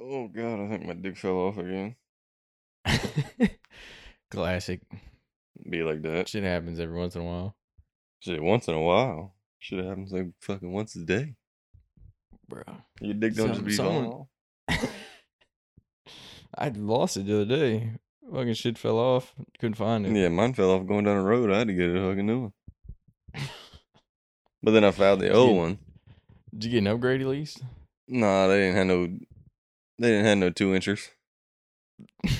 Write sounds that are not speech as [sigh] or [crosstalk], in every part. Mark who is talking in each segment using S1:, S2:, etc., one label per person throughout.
S1: Oh god, I think my dick fell off again.
S2: [laughs] Classic.
S1: Be like that.
S2: Shit happens every once in a while.
S1: Shit, once in a while. Shit happens like fucking once a day.
S2: Bro.
S1: Your dick don't just
S2: Some-
S1: be
S2: someone-
S1: falling off.
S2: I lost it the other day. Fucking shit fell off. Couldn't find it.
S1: Yeah, mine fell off going down the road. I had to get a fucking new one. But then I found
S2: [laughs]
S1: the old
S2: Yeah.
S1: one.
S2: Did you get an upgrade at least?
S1: Nah, they didn't have no. They didn't have no two
S2: [laughs]
S1: inchers. they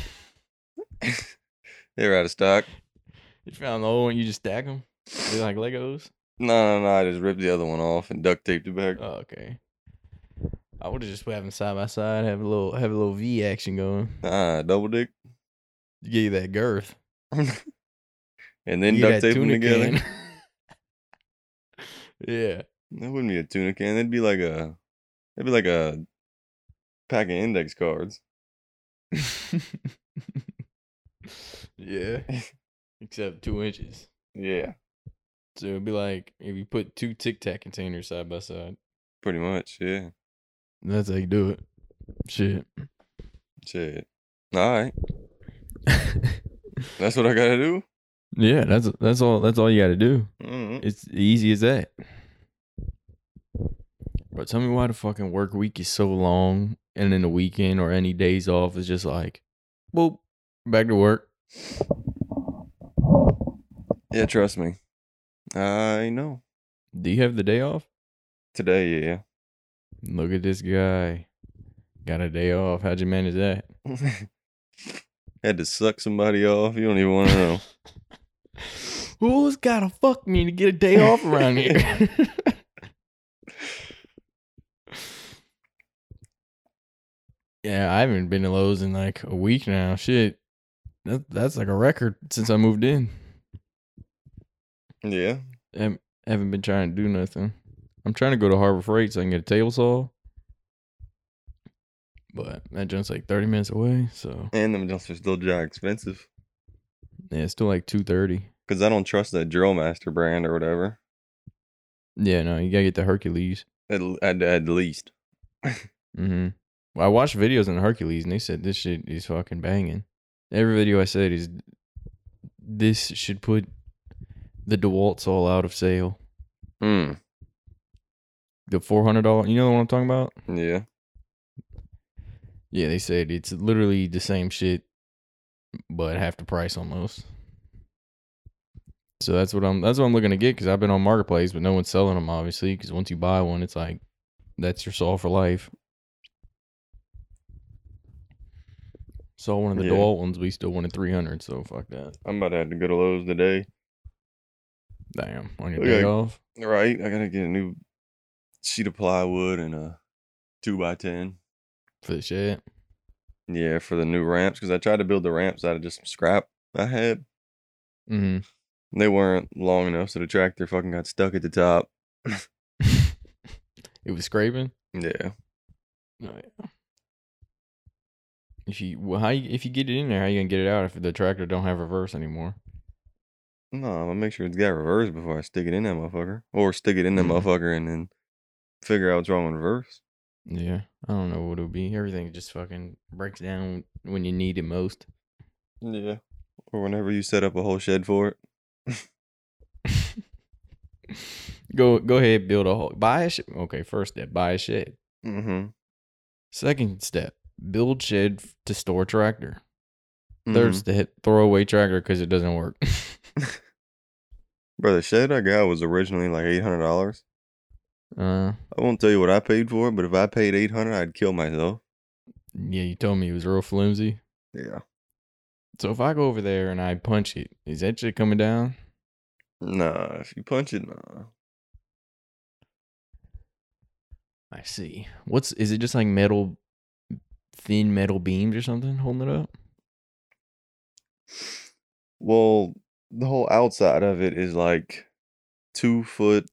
S1: were out of stock.
S2: You found the old one, you just stack them? They're like Legos?
S1: No, no, no. I just ripped the other one off and duct taped it back.
S2: Oh, okay. I would have just have them side by side, have a little have a little V action going.
S1: Ah, double dick, [laughs]
S2: You get you that girth.
S1: and then
S2: you
S1: duct
S2: get that
S1: tape them
S2: tuna
S1: together.
S2: can. yeah.
S1: That wouldn't be a tuna can. That'd be like a. That'd be like a pack of index cards.
S2: [laughs] yeah. Except two inches.
S1: Yeah,
S2: So it'd be like if you put two Tic Tac containers side by side.
S1: pretty much. Yeah.
S2: That's how you do it. [laughs] Shit.
S1: Shit. All right, that's what I gotta do.
S2: yeah, that's that's all that's all you got to do.
S1: Mm-hmm.
S2: It's easy as that. But tell me why the fucking work week is so long, and then the weekend or any days off is just like, well, back to work.
S1: Yeah, trust me. I know.
S2: Do you have the day off?
S1: Today, yeah.
S2: Look at this guy. Got a day off. How'd you manage that?
S1: [laughs] Had to suck somebody off. You don't even want to know.
S2: Who's gotta fuck me to get a day off around here? yeah, I haven't been to Lowe's in like a week now. Shit, that, that's like a record since I moved in.
S1: [laughs] yeah.
S2: I haven't been trying to do nothing. I'm trying to go to Harbor Freight so I can get a table saw, but that junk's like 30 minutes away. So
S1: And them jumps are still jog expensive.
S2: yeah, it's still like 2:30.
S1: Because I don't trust that Drill Master brand or whatever.
S2: Yeah, no, you gotta get the Hercules.
S1: At, at, at least.
S2: Mm-hmm. Well, I watched videos on Hercules, and they said this shit is fucking banging. Every video I said is this should put the Dewalt's all out of sale.
S1: Mm.
S2: The four hundred dollar, you know what I'm talking about?
S1: Yeah.
S2: Yeah, they said it's literally the same shit, but half the price almost. So that's what I'm that's what I'm looking to get because I've been on marketplace, but no one's selling them obviously. Because once you buy one, it's like that's your saw for life. Saw one of the
S1: Yeah.
S2: Dewalt ones, we still wanted three hundred. So fuck that.
S1: I'm about to have to go to Lowe's today.
S2: Damn, on your
S1: Okay.
S2: day off.
S1: Right. I got to get a new sheet of plywood and a 2 by 10
S2: for the shit.
S1: Yeah, for the new ramps. Because I tried to build the ramps out of just some scrap I had.
S2: Mm-hmm. [laughs]
S1: They weren't long enough, so the tractor fucking got stuck at the top.
S2: it was scraping.
S1: Yeah.
S2: Oh, yeah. If you well, how you, if you get it in there, how you gonna get it out if the tractor don't have reverse anymore?
S1: No, I'm gonna make sure it's got reverse before I stick it in that motherfucker, or stick it in that
S2: Mhm.
S1: motherfucker and then figure out what's wrong with reverse.
S2: Yeah, I don't know what it would be. Everything just fucking breaks down when you need it most. [laughs]
S1: Yeah. Or whenever you set up a whole shed for it.
S2: go go ahead, build a whole buy a shed. Okay, first step, buy a shed.
S1: Mm-hmm.
S2: Second step, build shed f- to store tractor.
S1: Mm-hmm.
S2: Third step, throw away tractor because it doesn't work. [laughs]
S1: brother, shed I got was originally like eight hundred dollars.
S2: uh,
S1: I won't tell you what I paid for it, but if I paid eight hundred, I'd kill myself.
S2: yeah, you told me it was real flimsy.
S1: Yeah.
S2: So if I go over there and I punch it, is that shit coming down?
S1: Nah, if you punch it, nah.
S2: I see. What's is it just like metal thin metal beams or something holding it up?
S1: Well, the whole outside of it is like two foot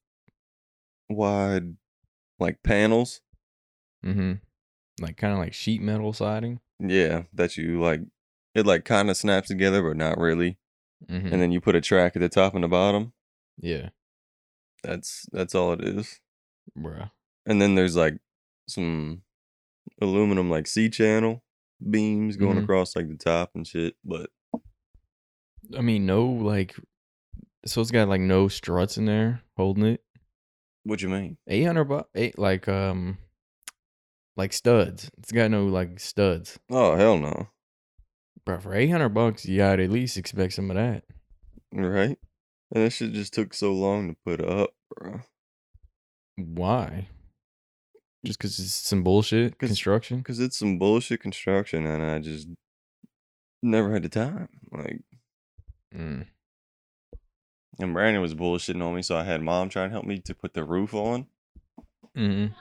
S1: wide, like panels.
S2: Mm-hmm. Like kind of like sheet metal siding.
S1: Yeah, that you like it like kind of snaps together, but not really.
S2: Mm-hmm.
S1: And then you put a track at the top and the bottom.
S2: yeah,
S1: That's that's all it is.
S2: bruh.
S1: And then there's like some aluminum like C channel beams going
S2: Mhm.
S1: across like the top and shit. But
S2: I mean, no, like, so it's got like no struts in there holding it.
S1: what you mean?
S2: Eight hundred bucks, eight like um, like studs. It's got no like studs,
S1: Oh hell no!
S2: bro. For eight hundred bucks, you gotta at least expect some of that.
S1: Right? And that shit just took so long to put up, bro.
S2: Why? Just because it's some bullshit
S1: 'Cause-
S2: construction.
S1: Cause it's some bullshit construction, and I just never had the time. Like,
S2: Mm.
S1: and Brandon was bullshitting on me, so I had mom try and help me to put the roof on.
S2: Mm.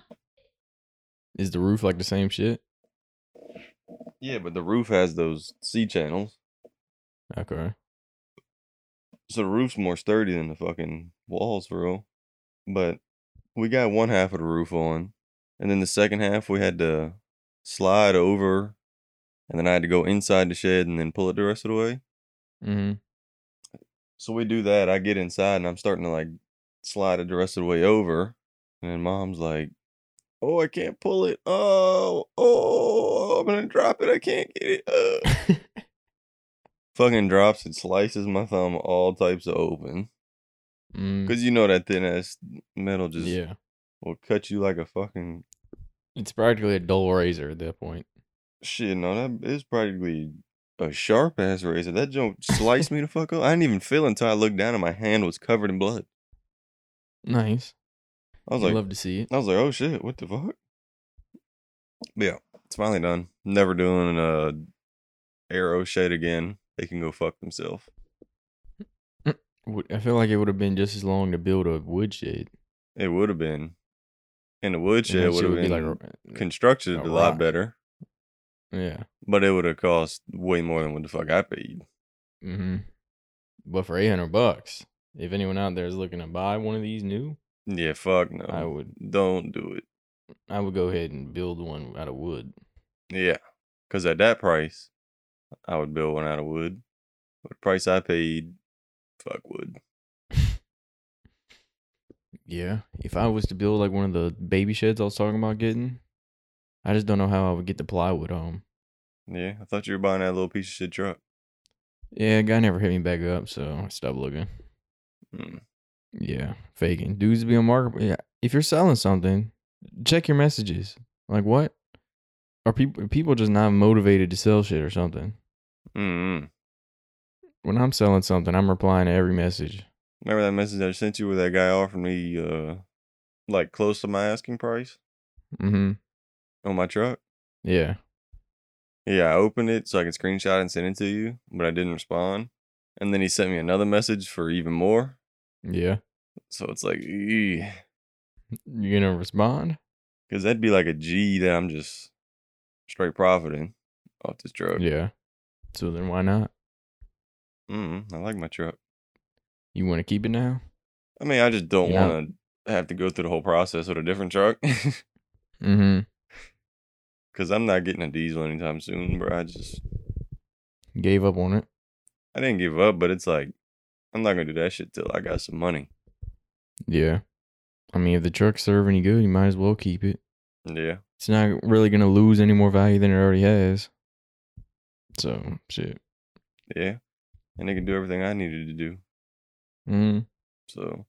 S2: Is the roof like the same shit?
S1: Yeah, but the roof has those C channels,
S2: Okay.
S1: so the roof's more sturdy than the fucking walls, bro. But we got one half of the roof on, and then the second half we had to slide over, and then I had to go inside the shed and then pull it the rest of the way.
S2: [laughs] Mm-hmm.
S1: So we do that. I get inside and I'm starting to like slide it the rest of the way over. And then mom's like, Oh, I can't pull it. Oh, oh, I'm gonna drop it. I can't get it. Uh. Fucking drops it, slices my thumb all types of open.
S2: mm.
S1: Cause you know that thin ass metal just
S2: Yeah.
S1: will cut you like a fucking
S2: It's practically a dull razor at that point.
S1: shit. No, that is practically a sharp ass razor. That joke sliced me the fuck up. I didn't even feel it until I looked down and my hand was covered in blood.
S2: Nice.
S1: I was
S2: You'd
S1: like,
S2: love to see it.
S1: I was like, oh shit, what the fuck? But yeah, it's finally done. Never doing a arrow shade again. They can go fuck themselves.
S2: Would- I feel like it would have been just as long to build a woodshed.
S1: It would have been. And the
S2: and
S1: woodshed
S2: that
S1: would
S2: shit
S1: have been
S2: a-
S1: constructed
S2: a
S1: a lot
S2: rock.
S1: better,
S2: yeah.
S1: but it would have cost way more than what the fuck I paid.
S2: Mm-hmm. But for eight hundred bucks, if anyone out there is looking to buy one of these new,
S1: Yeah, fuck no.
S2: I would
S1: Don't do it.
S2: I would go ahead and build one out of wood.
S1: Yeah. Because at that price, I would build one out of wood. But the price I paid, fuck wood.
S2: Yeah. If I was to build like one of the baby sheds I was talking about getting, I just don't know how I would get the plywood home.
S1: Yeah, I thought you were buying that little piece of shit truck.
S2: Yeah, guy never hit me back up, so I stopped looking.
S1: Mm.
S2: Yeah, faking. Dudes be on market. Yeah, if you're selling something, check your messages. Like what? Are people people just not motivated to sell shit or something?
S1: Mm-mm.
S2: When I'm selling something, I'm replying to every message.
S1: Remember that message I sent you where that guy offered me uh like close to my asking price
S2: Mm-hmm.
S1: on my truck?
S2: Yeah.
S1: Yeah, I opened it so I could screenshot it and send it to you, but I didn't respond. And then he sent me another message for even more.
S2: Yeah.
S1: So it's like, because
S2: You gonna respond?
S1: that'd be like a G that I'm just straight profiting off this truck.
S2: Yeah. So then why not?
S1: Mm, I like my truck.
S2: You want to keep it now?
S1: I mean, I just don't
S2: You know-
S1: want to have to go through the whole process with a different truck [laughs] because
S2: Mm-hmm.
S1: I'm not getting a diesel anytime soon, bro. I just,
S2: Gave up on it.
S1: I didn't give up, but it's like I'm not gonna do that shit till I got some money.
S2: Yeah. I mean, if the truck's serving you good, you might as well keep it.
S1: Yeah.
S2: It's not really gonna lose any more value than it already has. So shit.
S1: Yeah. And they can do everything I needed to do.
S2: Mm.
S1: So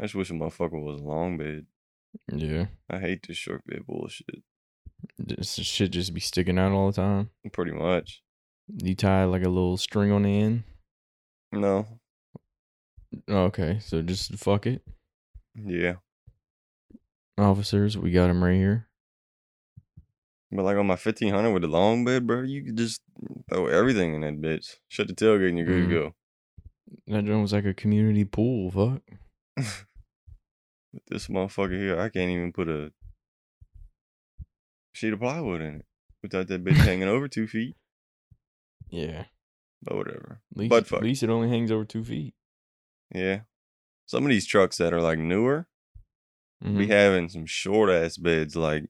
S1: I just wish a motherfucker was a long bed.
S2: Yeah.
S1: I hate this short bed bullshit.
S2: This shit just be sticking out all the time.
S1: Pretty much.
S2: You tie like a little string on the end. Oh,
S1: No.
S2: Okay, so just fuck it,
S1: Yeah.
S2: officers. We got him right here.
S1: But like on my fifteen hundred with the long bed, bro, you could just throw everything in that bitch. Shut the tailgate and you're good
S2: Mhm.
S1: to go.
S2: That joint was like a community pool. Fuck.
S1: But this motherfucker here, I can't even put a sheet of plywood in it without that bitch hanging over two feet.
S2: Yeah.
S1: But whatever.
S2: At least,
S1: Butt
S2: at
S1: fuck.
S2: least it only hangs over two feet.
S1: Yeah. Some of these trucks that are like newer, be
S2: Mhm.
S1: having some short ass beds like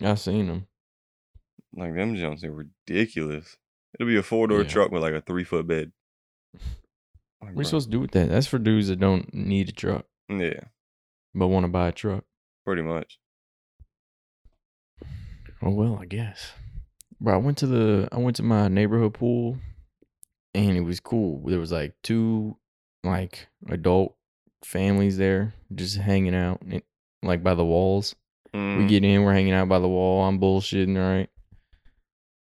S2: I seen them.
S1: like them jumps are ridiculous. It'll be a four door
S2: Yeah.
S1: truck with like a three foot
S2: [laughs]
S1: bed. Like,
S2: What are you
S1: bruh,
S2: supposed to do with that? That's for dudes that don't need a truck
S1: yeah,
S2: but want to buy a truck.
S1: pretty much.
S2: Oh well, I guess. Bro, I went to the I went to my neighborhood pool and it was cool. There was like two like adult families there just hanging out and, like by the walls. We
S1: Mm,
S2: get in, we're hanging out by the wall. I'm bullshitting, all right?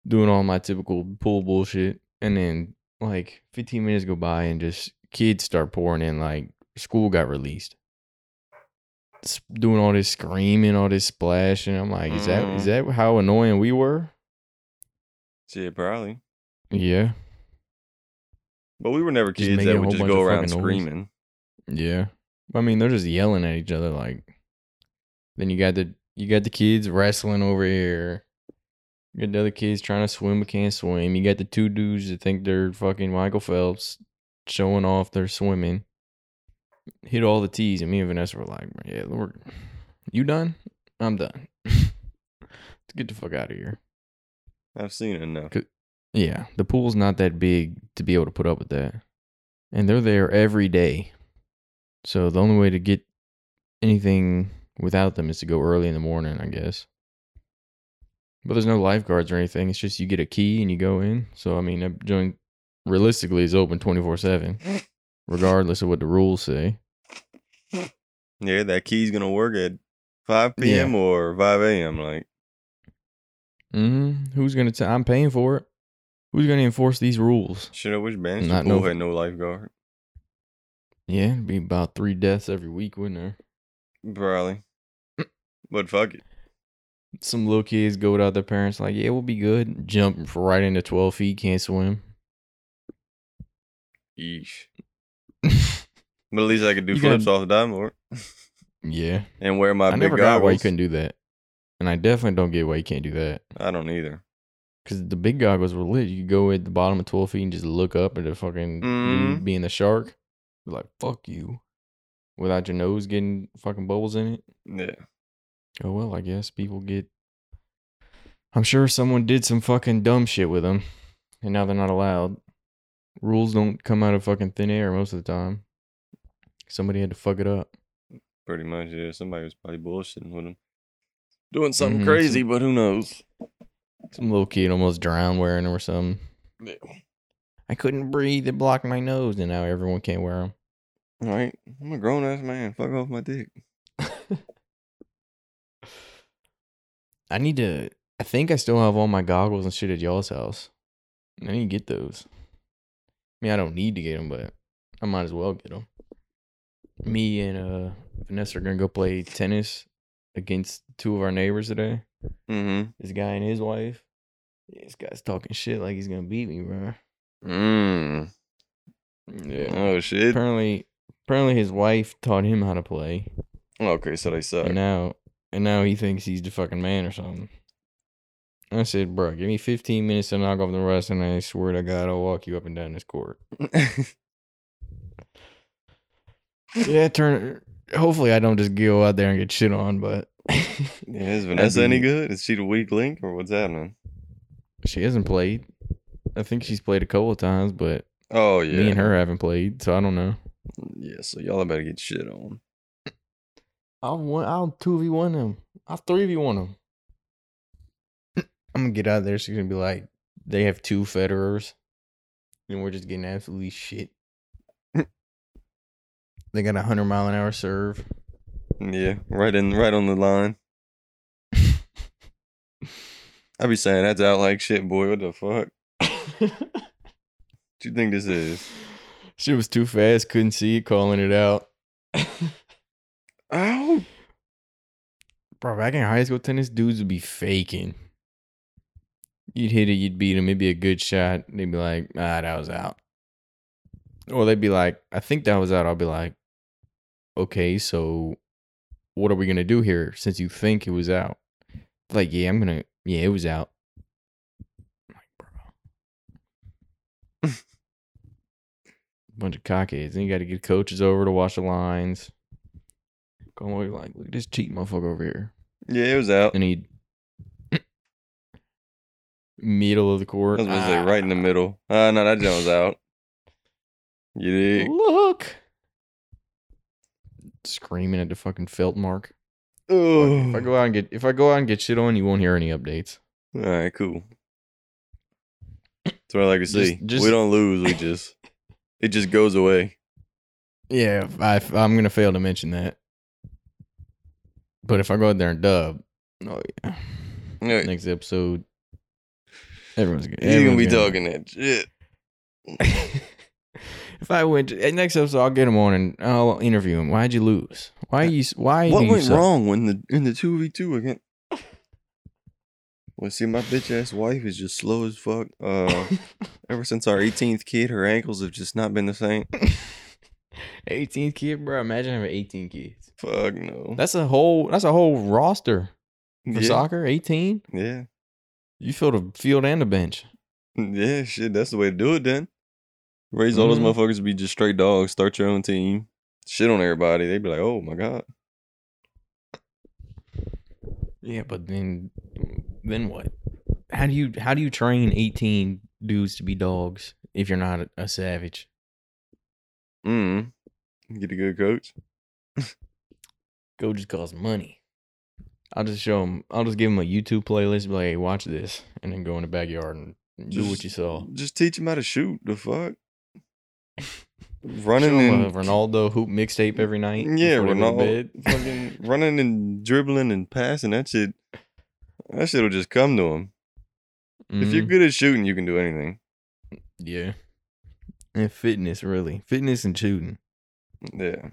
S2: Doing all my typical pool bullshit. And then, like, 15 minutes go by and just kids start pouring in. Like, school got released. S- Doing all this screaming, all this splashing. I'm like, is that is that how annoying we were?
S1: shit, probably.
S2: Yeah.
S1: But we were never
S2: Just
S1: kids
S2: making a
S1: that would
S2: whole
S1: just
S2: bunch
S1: go
S2: of
S1: around
S2: fucking noise.
S1: screaming.
S2: Yeah. I mean, they're just yelling at each other like then you got the you got the kids wrestling over here. You got the other kids trying to swim but can't swim. You got the two dudes that think they're fucking Michael Phelps showing off their swimming. Hit all the tees and me and Vanessa were like, Yeah, Lord, you done? I'm done. [laughs] Let's get the fuck out of here.
S1: I've seen it enough.
S2: Yeah, the pool's not that big to be able to put up with that. And they're there every day. So the only way to get anything without them is to go early in the morning, I guess. But there's no lifeguards or anything. It's just you get a key and you go in. So I mean, that joint realistically is open 24/7 regardless of what the rules say.
S1: Yeah, that key's gonna work at 5 p.m. or 5 a.m. Like,
S2: Mhm. Who's going to I'm paying for it. Who's going to enforce these rules?
S1: shit, I wish
S2: Not
S1: Bannister
S2: no-
S1: Pool had no lifeguard.
S2: Yeah, it'd be about 3 deaths every week, wouldn't there? [clears throat]
S1: Probably. but fuck it.
S2: some little kids go without their parents, like, yeah, we'll be good. Jump right into 12 feet, can't swim. [laughs]
S1: Yeesh. But at least I could do
S2: You gotta-
S1: flips off the diving board
S2: yeah.
S1: and wear my
S2: I,
S1: big
S2: never got
S1: goggles.
S2: why you couldn't do that. And I definitely don't get why you can't do that.
S1: I don't either.
S2: Because the big goggles were lit. You could go at the bottom of 12 feet and just look up at the fucking
S1: Mhm.
S2: dude being the shark. Be like, fuck you. Without your nose getting fucking bubbles in it.
S1: Yeah.
S2: Oh, well, I guess people get. I'm sure someone did some fucking dumb shit with them. And now they're not allowed. Rules don't come out of fucking thin air most of the time. Somebody had to fuck it up.
S1: Pretty much, yeah. Somebody was probably bullshitting with him. Doing something
S2: Mhm,
S1: crazy, but who knows?
S2: Some little kid almost drowned wearing them or something.
S1: Yeah.
S2: I couldn't breathe. It blocked my nose. And now everyone can't wear them.
S1: All right. I'm a grown ass man. Fuck off my dick.
S2: [laughs] I need to. I think I still have all my goggles and shit at y'all's house. I need to get those. I mean, I don't need to get them, but I might as well get them. Me and uh, Vanessa are gonna go play tennis against two of our neighbors today.
S1: Mm
S2: This guy and his wife. Yeah, this guy's talking shit like he's gonna beat me, bro.
S1: hmm. Mm.
S2: Yeah.
S1: Oh, shit.
S2: Apparently, apparently his wife taught him how to play,
S1: Okay, so they suck.
S2: and now and now he thinks he's the fucking man or something. I said, bro, give me 15 minutes to knock off the rust, and I swear to God, I'll walk you up and down this court. Yeah, turn. Hopefully, I don't just go out there and get shit on, but [laughs]
S1: Yeah, is Vanessa any
S2: be-
S1: good? Is she the weak link or what's happening?
S2: she hasn't played. I think she's played a couple of times, but
S1: Oh yeah.
S2: me and her haven't played, so I don't know.
S1: Yeah, so y'all about to get shit on.
S2: I'll one, I'll two v one him. I'll three v one him. I'm gonna get out there. She's gonna be like, they have two Federers, and we're just getting absolutely shit. [laughs] they got a hundred mile an hour [laughs] serve.
S1: Yeah, right in right on the
S2: [laughs]
S1: line. I be saying that's out like shit, boy. What the fuck? Do you think this is?
S2: She was too fast, couldn't see it, calling it out.
S1: Ow!
S2: Bro, back in high school tennis, dudes would be faking. You'd hit it, you'd beat them. It'd be a good shot. They'd be like, ah, that was out. Or they'd be like, I think that was out. I'll be like, okay, so what are we going to do here since you think it was out? Like, yeah, I'm going to, yeah, it was out. I'm like, bro. Bunch of cockheads. Then you got to get coaches over to watch the lines. Going over, like, look at this cheap motherfucker over here
S1: Yeah, it was out.
S2: and he middle of the
S1: I
S2: court. Ah,
S1: was gonna say right in the middle. Ah, no, that joint was out. You dig?
S2: Look, screaming at the fucking felt mark.
S1: Oh,
S2: If I go out and get if I go out and get shit on, you won't hear any updates.
S1: All right, cool. That's what I like to
S2: Just-
S1: see.
S2: just-
S1: we don't lose. We just it just goes away.
S2: Yeah, I, I'm gonna fail to mention that. But if I go out there and dub, oh yeah,
S1: Yeah.
S2: next episode, everyone's gonna
S1: You're gonna be
S2: everyone's
S1: talking that shit.
S2: [laughs] if I went to, eh, next episode, I'll get him on and I'll interview him. Why'd you lose? Why you? s- Why do
S1: Uh, What
S2: you
S1: went
S2: suck?
S1: wrong when the in the two v two again? Well, see, my bitch ass wife is just slow as fuck.
S2: [laughs]
S1: Uh, ever since our 18th kid, her ankles have just not been the same.
S2: 18 kid, bro. Imagine having 18 kids.
S1: Fuck no.
S2: That's a whole. That's a whole roster for
S1: yeah,
S2: soccer. 18.
S1: yeah,
S2: You fill the field and the bench.
S1: [laughs] yeah. Shit, that's the way to do it. Then raise all
S2: Mhm.
S1: those motherfuckers to be just straight dogs. Start your own team. Shit on everybody. They'd be like, oh my god.
S2: Yeah, but then, then what? How do you how do you train 18 dudes to be dogs if you're not a, a savage?
S1: Mm.
S2: Mm-hmm.
S1: Get a good coach.
S2: Go just costs money. I'll just show them. I'll just give them a YouTube playlist. Be like, hey, watch this, and then go in the backyard and do what
S1: Just-
S2: you saw.
S1: Just teach him how to shoot. The
S2: [laughs]
S1: fuck. Running
S2: Show 'em a
S1: and
S2: Ronaldo hoop mixtape every night.
S1: Yeah,
S2: before they go
S1: Ronaldo.
S2: to bed.
S1: [laughs]
S2: [laughs]
S1: fucking running and dribbling and passing. That shit. That shit'll just come to him. If you're
S2: Mhm.
S1: good at shooting, you can do anything.
S2: yeah, and fitness really, fitness and shooting.
S1: Yeah.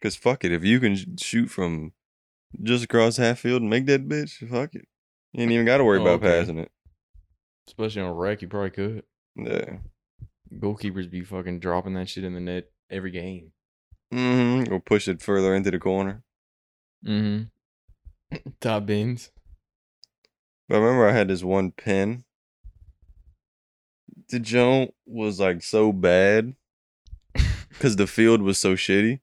S1: Cause fuck it, if you can sh- shoot from just across half field and make that bitch, fuck it. You ain't even got to worry
S2: Oh,
S1: about
S2: okay.
S1: passing it.
S2: Especially on a rack, you probably could.
S1: Yeah.
S2: Goalkeepers be fucking dropping that shit in the net every game.
S1: Mm-hmm. Or push it further into the corner.
S2: Mm-hmm. [laughs] Top bins.
S1: But I remember I had this one pin. The jump was like so bad because the field was so shitty.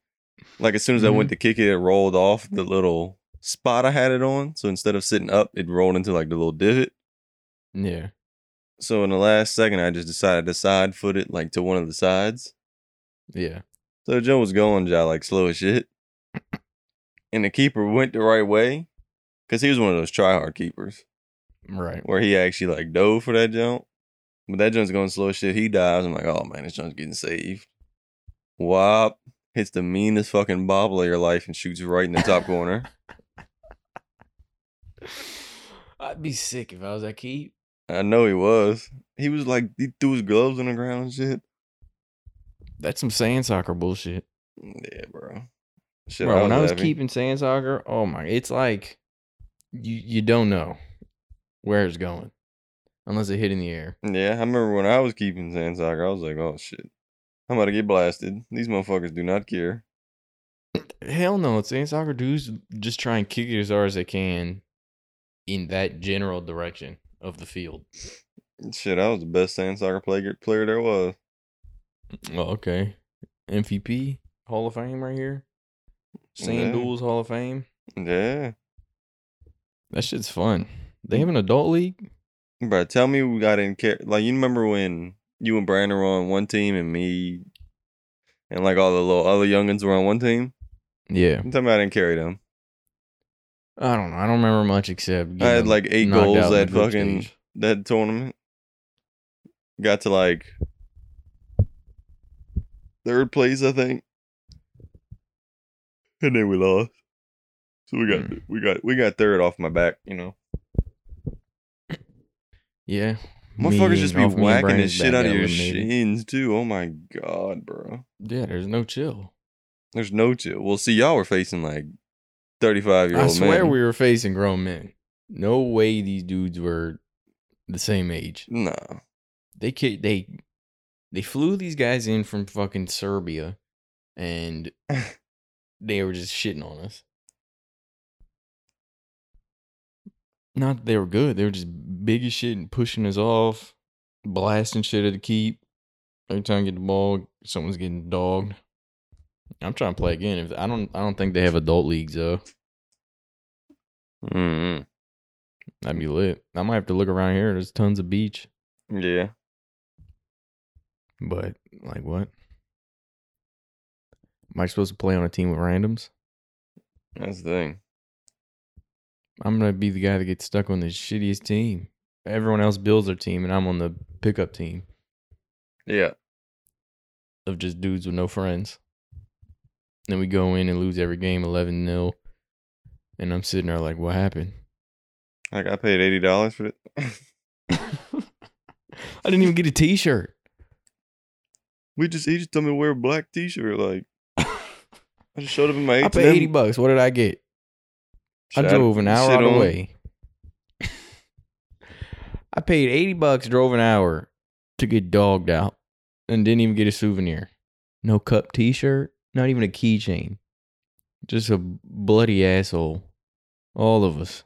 S1: Like as soon as I went to kick it, it rolled off the little spot I had it on. So instead of sitting up, it rolled into like the little divot.
S2: Yeah.
S1: So in the last second, I just decided to side foot it like to one of the sides.
S2: Yeah.
S1: So the jump was going ja like slow as shit. And the keeper went the right way because he was one of those try hard keepers.
S2: Right.
S1: where he actually like dove for that jump. But that jump's going slow as shit. He dives. I'm like, oh man, this jump's getting saved. Wop hits the meanest fucking bobble of your life and shoots right in the top
S2: [laughs]
S1: corner.
S2: I'd be sick if I was that keep.
S1: I know he was. He was like he threw his gloves on the ground and shit.
S2: That's some sand soccer bullshit.
S1: Yeah, bro. Shit,
S2: Bro, when I was
S1: laughing.
S2: keeping sand soccer, oh my, it's like you you don't know where it's going unless it hit in the air.
S1: Yeah, I remember when I was keeping sand soccer, I was like, oh shit. I'm about to get blasted. These motherfuckers do not care.
S2: Hell no, sand soccer dudes just try and kick it as hard as they can in that general direction of the field.
S1: Shit, I was the best sand soccer player player there was.
S2: Oh, okay. MVP Hall of Fame right here. Sand
S1: Yeah.
S2: Duels Hall of Fame.
S1: Yeah.
S2: That shit's fun.
S1: Mm.
S2: They have an adult league.
S1: Bro, tell me I didn't care. Like you remember when you and Brandon were on one team and me and like all the little other youngins were on one team?
S2: Yeah,
S1: I'm talking about I didn't carry them.
S2: I don't know. I don't remember much except
S1: I had
S2: getting
S1: like eight
S2: knocked
S1: goals
S2: out in the
S1: that
S2: group
S1: fucking
S2: stage.
S1: that tournament. Got to like third place, I think. And then we lost. So we
S2: Hmm.
S1: got we got we got third off my back, you know.
S2: Yeah,
S1: Motherfuckers
S2: Me
S1: just
S2: and-
S1: be
S2: off me and
S1: whacking the
S2: Brandon's
S1: shit
S2: back
S1: out of
S2: got
S1: your
S2: eliminated.
S1: shins too. Oh my god, bro.
S2: Yeah, there's no chill.
S1: There's no chill. Well, see, y'all were facing like 35 year
S2: I
S1: old
S2: swear
S1: men.
S2: we were facing grown men. No way these dudes were the same age.
S1: No.
S2: They ki- they they flew these guys in from fucking Serbia, and they were just shitting on us. Not that they were good. They were just big as shit and pushing us off, blasting shit at the keep. Every time I get the ball, someone's getting dogged. I'm trying to play again. If I don't, I don't think they have adult leagues though.
S1: mm
S2: Mm-hmm. That'd be lit. I might have to look around here. There's tons of beach,
S1: Yeah.
S2: but like what? Am I supposed to play on a team with randoms?
S1: That's the thing.
S2: I'm gonna be the guy that gets stuck on the shittiest team. Everyone else builds their team, and I'm on the pickup team
S1: Yeah.
S2: of just dudes with no friends. Then we go in and lose every game, eleven 0 and I'm sitting there like, what happened? [laughs]
S1: Like I paid eighty dollars for it.
S2: I didn't even get a T-shirt.
S1: we just he just told me to wear a black t shirt. Like I just showed up in my.
S2: I paid eighty bucks. What did I get? I drove an hour out of the way. [laughs] I paid eighty bucks, drove an hour to get dogged out, and didn't even get a souvenir. No cup T-shirt, not even a keychain. Just a bloody asshole. All of us.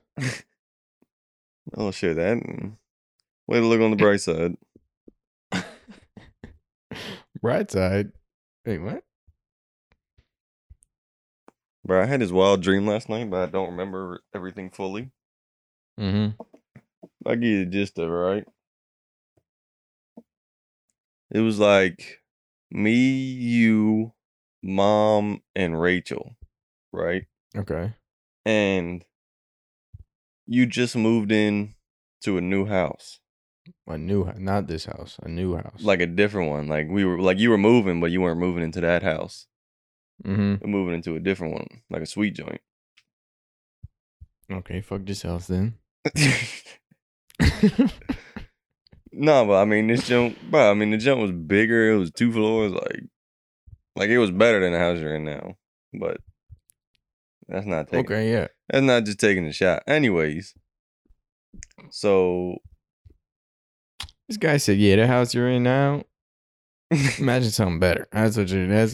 S1: Oh shit! That way to look on the bright side.
S2: Bright side. Wait, what?
S1: Bro, I had this wild dream last night, but I don't remember everything fully.
S2: Mm-hmm.
S1: I give you the gist of it, right? It was like me, you, mom, and Rachel, right?
S2: Okay.
S1: And you just moved in to a new house,
S2: A new house, not this house. A new house.
S1: like a different one. Like we were, like you were moving, but you weren't moving into that house.
S2: Mm-hmm.
S1: You're moving into a different one, like a sweet joint. [laughs]
S2: Okay, fuck this house [laughs] then.
S1: No, but I mean this jump, bro. I mean the jump was bigger. It was two floors, like, like it was better than the house you're in now. But that's not taking.
S2: okay, yeah.
S1: That's not just taking a shot. Anyways, so
S2: This guy said, "Yeah, the house you're in [laughs] now. Imagine something better. That's what you. That's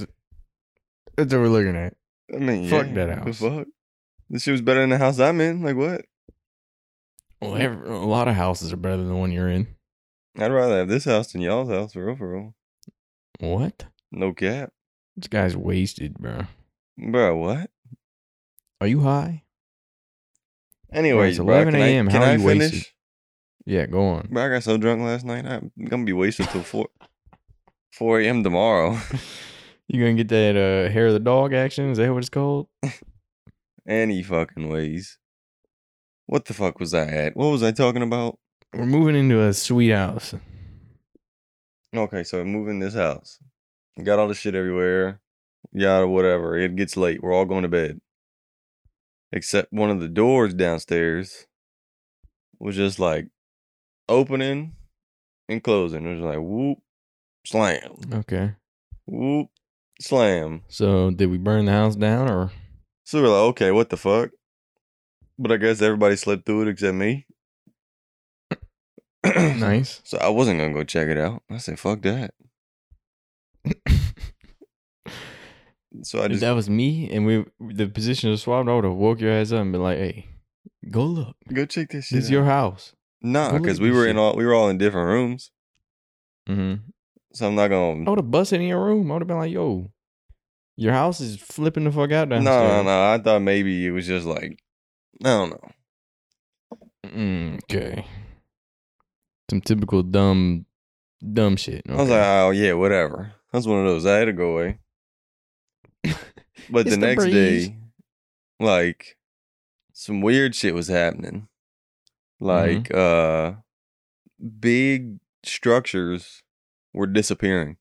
S2: that's what we're looking at.
S1: I mean,
S2: Fuck
S1: yeah,
S2: that
S1: the
S2: house.
S1: Fuck, this shit was better than the house I'm in. Like what?
S2: Well, ev- a lot of houses are better than the one you're in.
S1: I'd rather have this house than y'all's house for real, for real.
S2: What?
S1: No cap,
S2: This guy's wasted, bro.
S1: bro. What?
S2: Are you high?
S1: Anyways,
S2: it's
S1: bro,
S2: 11
S1: can I-
S2: a.m.
S1: Can
S2: How
S1: I
S2: are you
S1: finish?
S2: wasted? Yeah, go on.
S1: Bro, I got so drunk last night. I'm gonna be wasted till four, four a.m. tomorrow. [laughs]
S2: You gonna get that uh, hair of the dog action? Is that what it's called?
S1: Any fucking ways. What the fuck was I at? What was I talking about?
S2: We're moving into a sweet house.
S1: Okay, so I move in this house. Got all the shit everywhere. Yada, whatever. It gets late. We're all going to bed. Except one of the doors downstairs was just like opening and closing. It was like whoop, slam,
S2: Okay.
S1: whoop, slam.
S2: So did we burn the house down or?
S1: So we're like, okay, what the fuck? But I guess everybody slept through it except me.
S2: [coughs] [coughs] nice.
S1: [clears throat] So I wasn't gonna go check it out. I said, "Fuck that." So I
S2: if
S1: just
S2: that was me and we the position was swapped, I would have woke your ass up and been like, "Hey, go look.
S1: go check this shit.
S2: This is your
S1: out.
S2: house."
S1: nah,
S2: go look
S1: because
S2: at
S1: we
S2: this
S1: were in
S2: shit.
S1: all we were all in different rooms.
S2: Mm-hmm.
S1: So I'm not gonna.
S2: I would have busted in your room. I would have been like, "Yo, your house is flipping the fuck out
S1: No,
S2: downstairs."
S1: no, no. I thought maybe it was just like I don't know.
S2: Mm, okay. Some typical dumb, dumb shit.
S1: I was
S2: Okay.
S1: like, oh yeah, whatever. That's one of those. I had to go away. But
S2: It's
S1: the
S2: the
S1: next
S2: breeze.
S1: day, like some weird shit was happening.
S2: Mm-hmm.
S1: Like uh big structures were disappearing,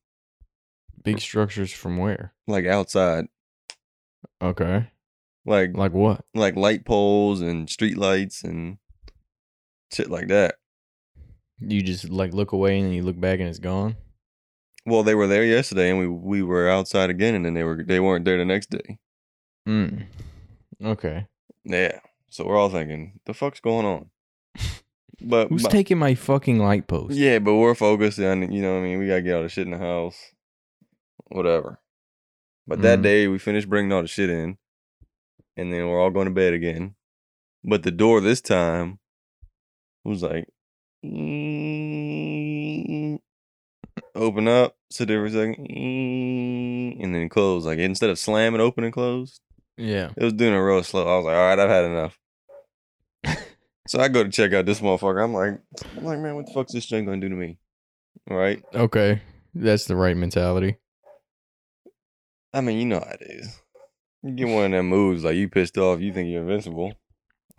S2: big structures from where?
S1: like outside,
S2: Okay,
S1: like
S2: like what?
S1: like light poles and street lights and shit like that.
S2: You just like look away and then you look back and it's gone.
S1: Well, they were there yesterday, and we we were outside again, and then they were they weren't there the next day.
S2: Mm. Okay.
S1: Yeah, so we're all thinking, the fuck's going on? But,
S2: Who's
S1: but-
S2: taking my fucking light post?
S1: yeah, but we're focused on you know what I mean. We gotta get all the shit in the house, whatever. But that
S2: Mhm.
S1: day we finished bringing all the shit in, and then we're all going to bed again. But the door this time was like, "Mm," open up, sit there for a second, "Mm," and then close. Like instead of slamming open and close,
S2: Yeah.
S1: it was doing it real slow. I was like, all right, I've had
S2: [laughs]
S1: enough. so I go to check out this motherfucker. I'm like, I'm like, man, what the fuck's this joint gonna do to me? All right.
S2: Okay. That's the right mentality.
S1: I mean, you know how it is. You get one of them moves like you pissed off. You think you're invincible.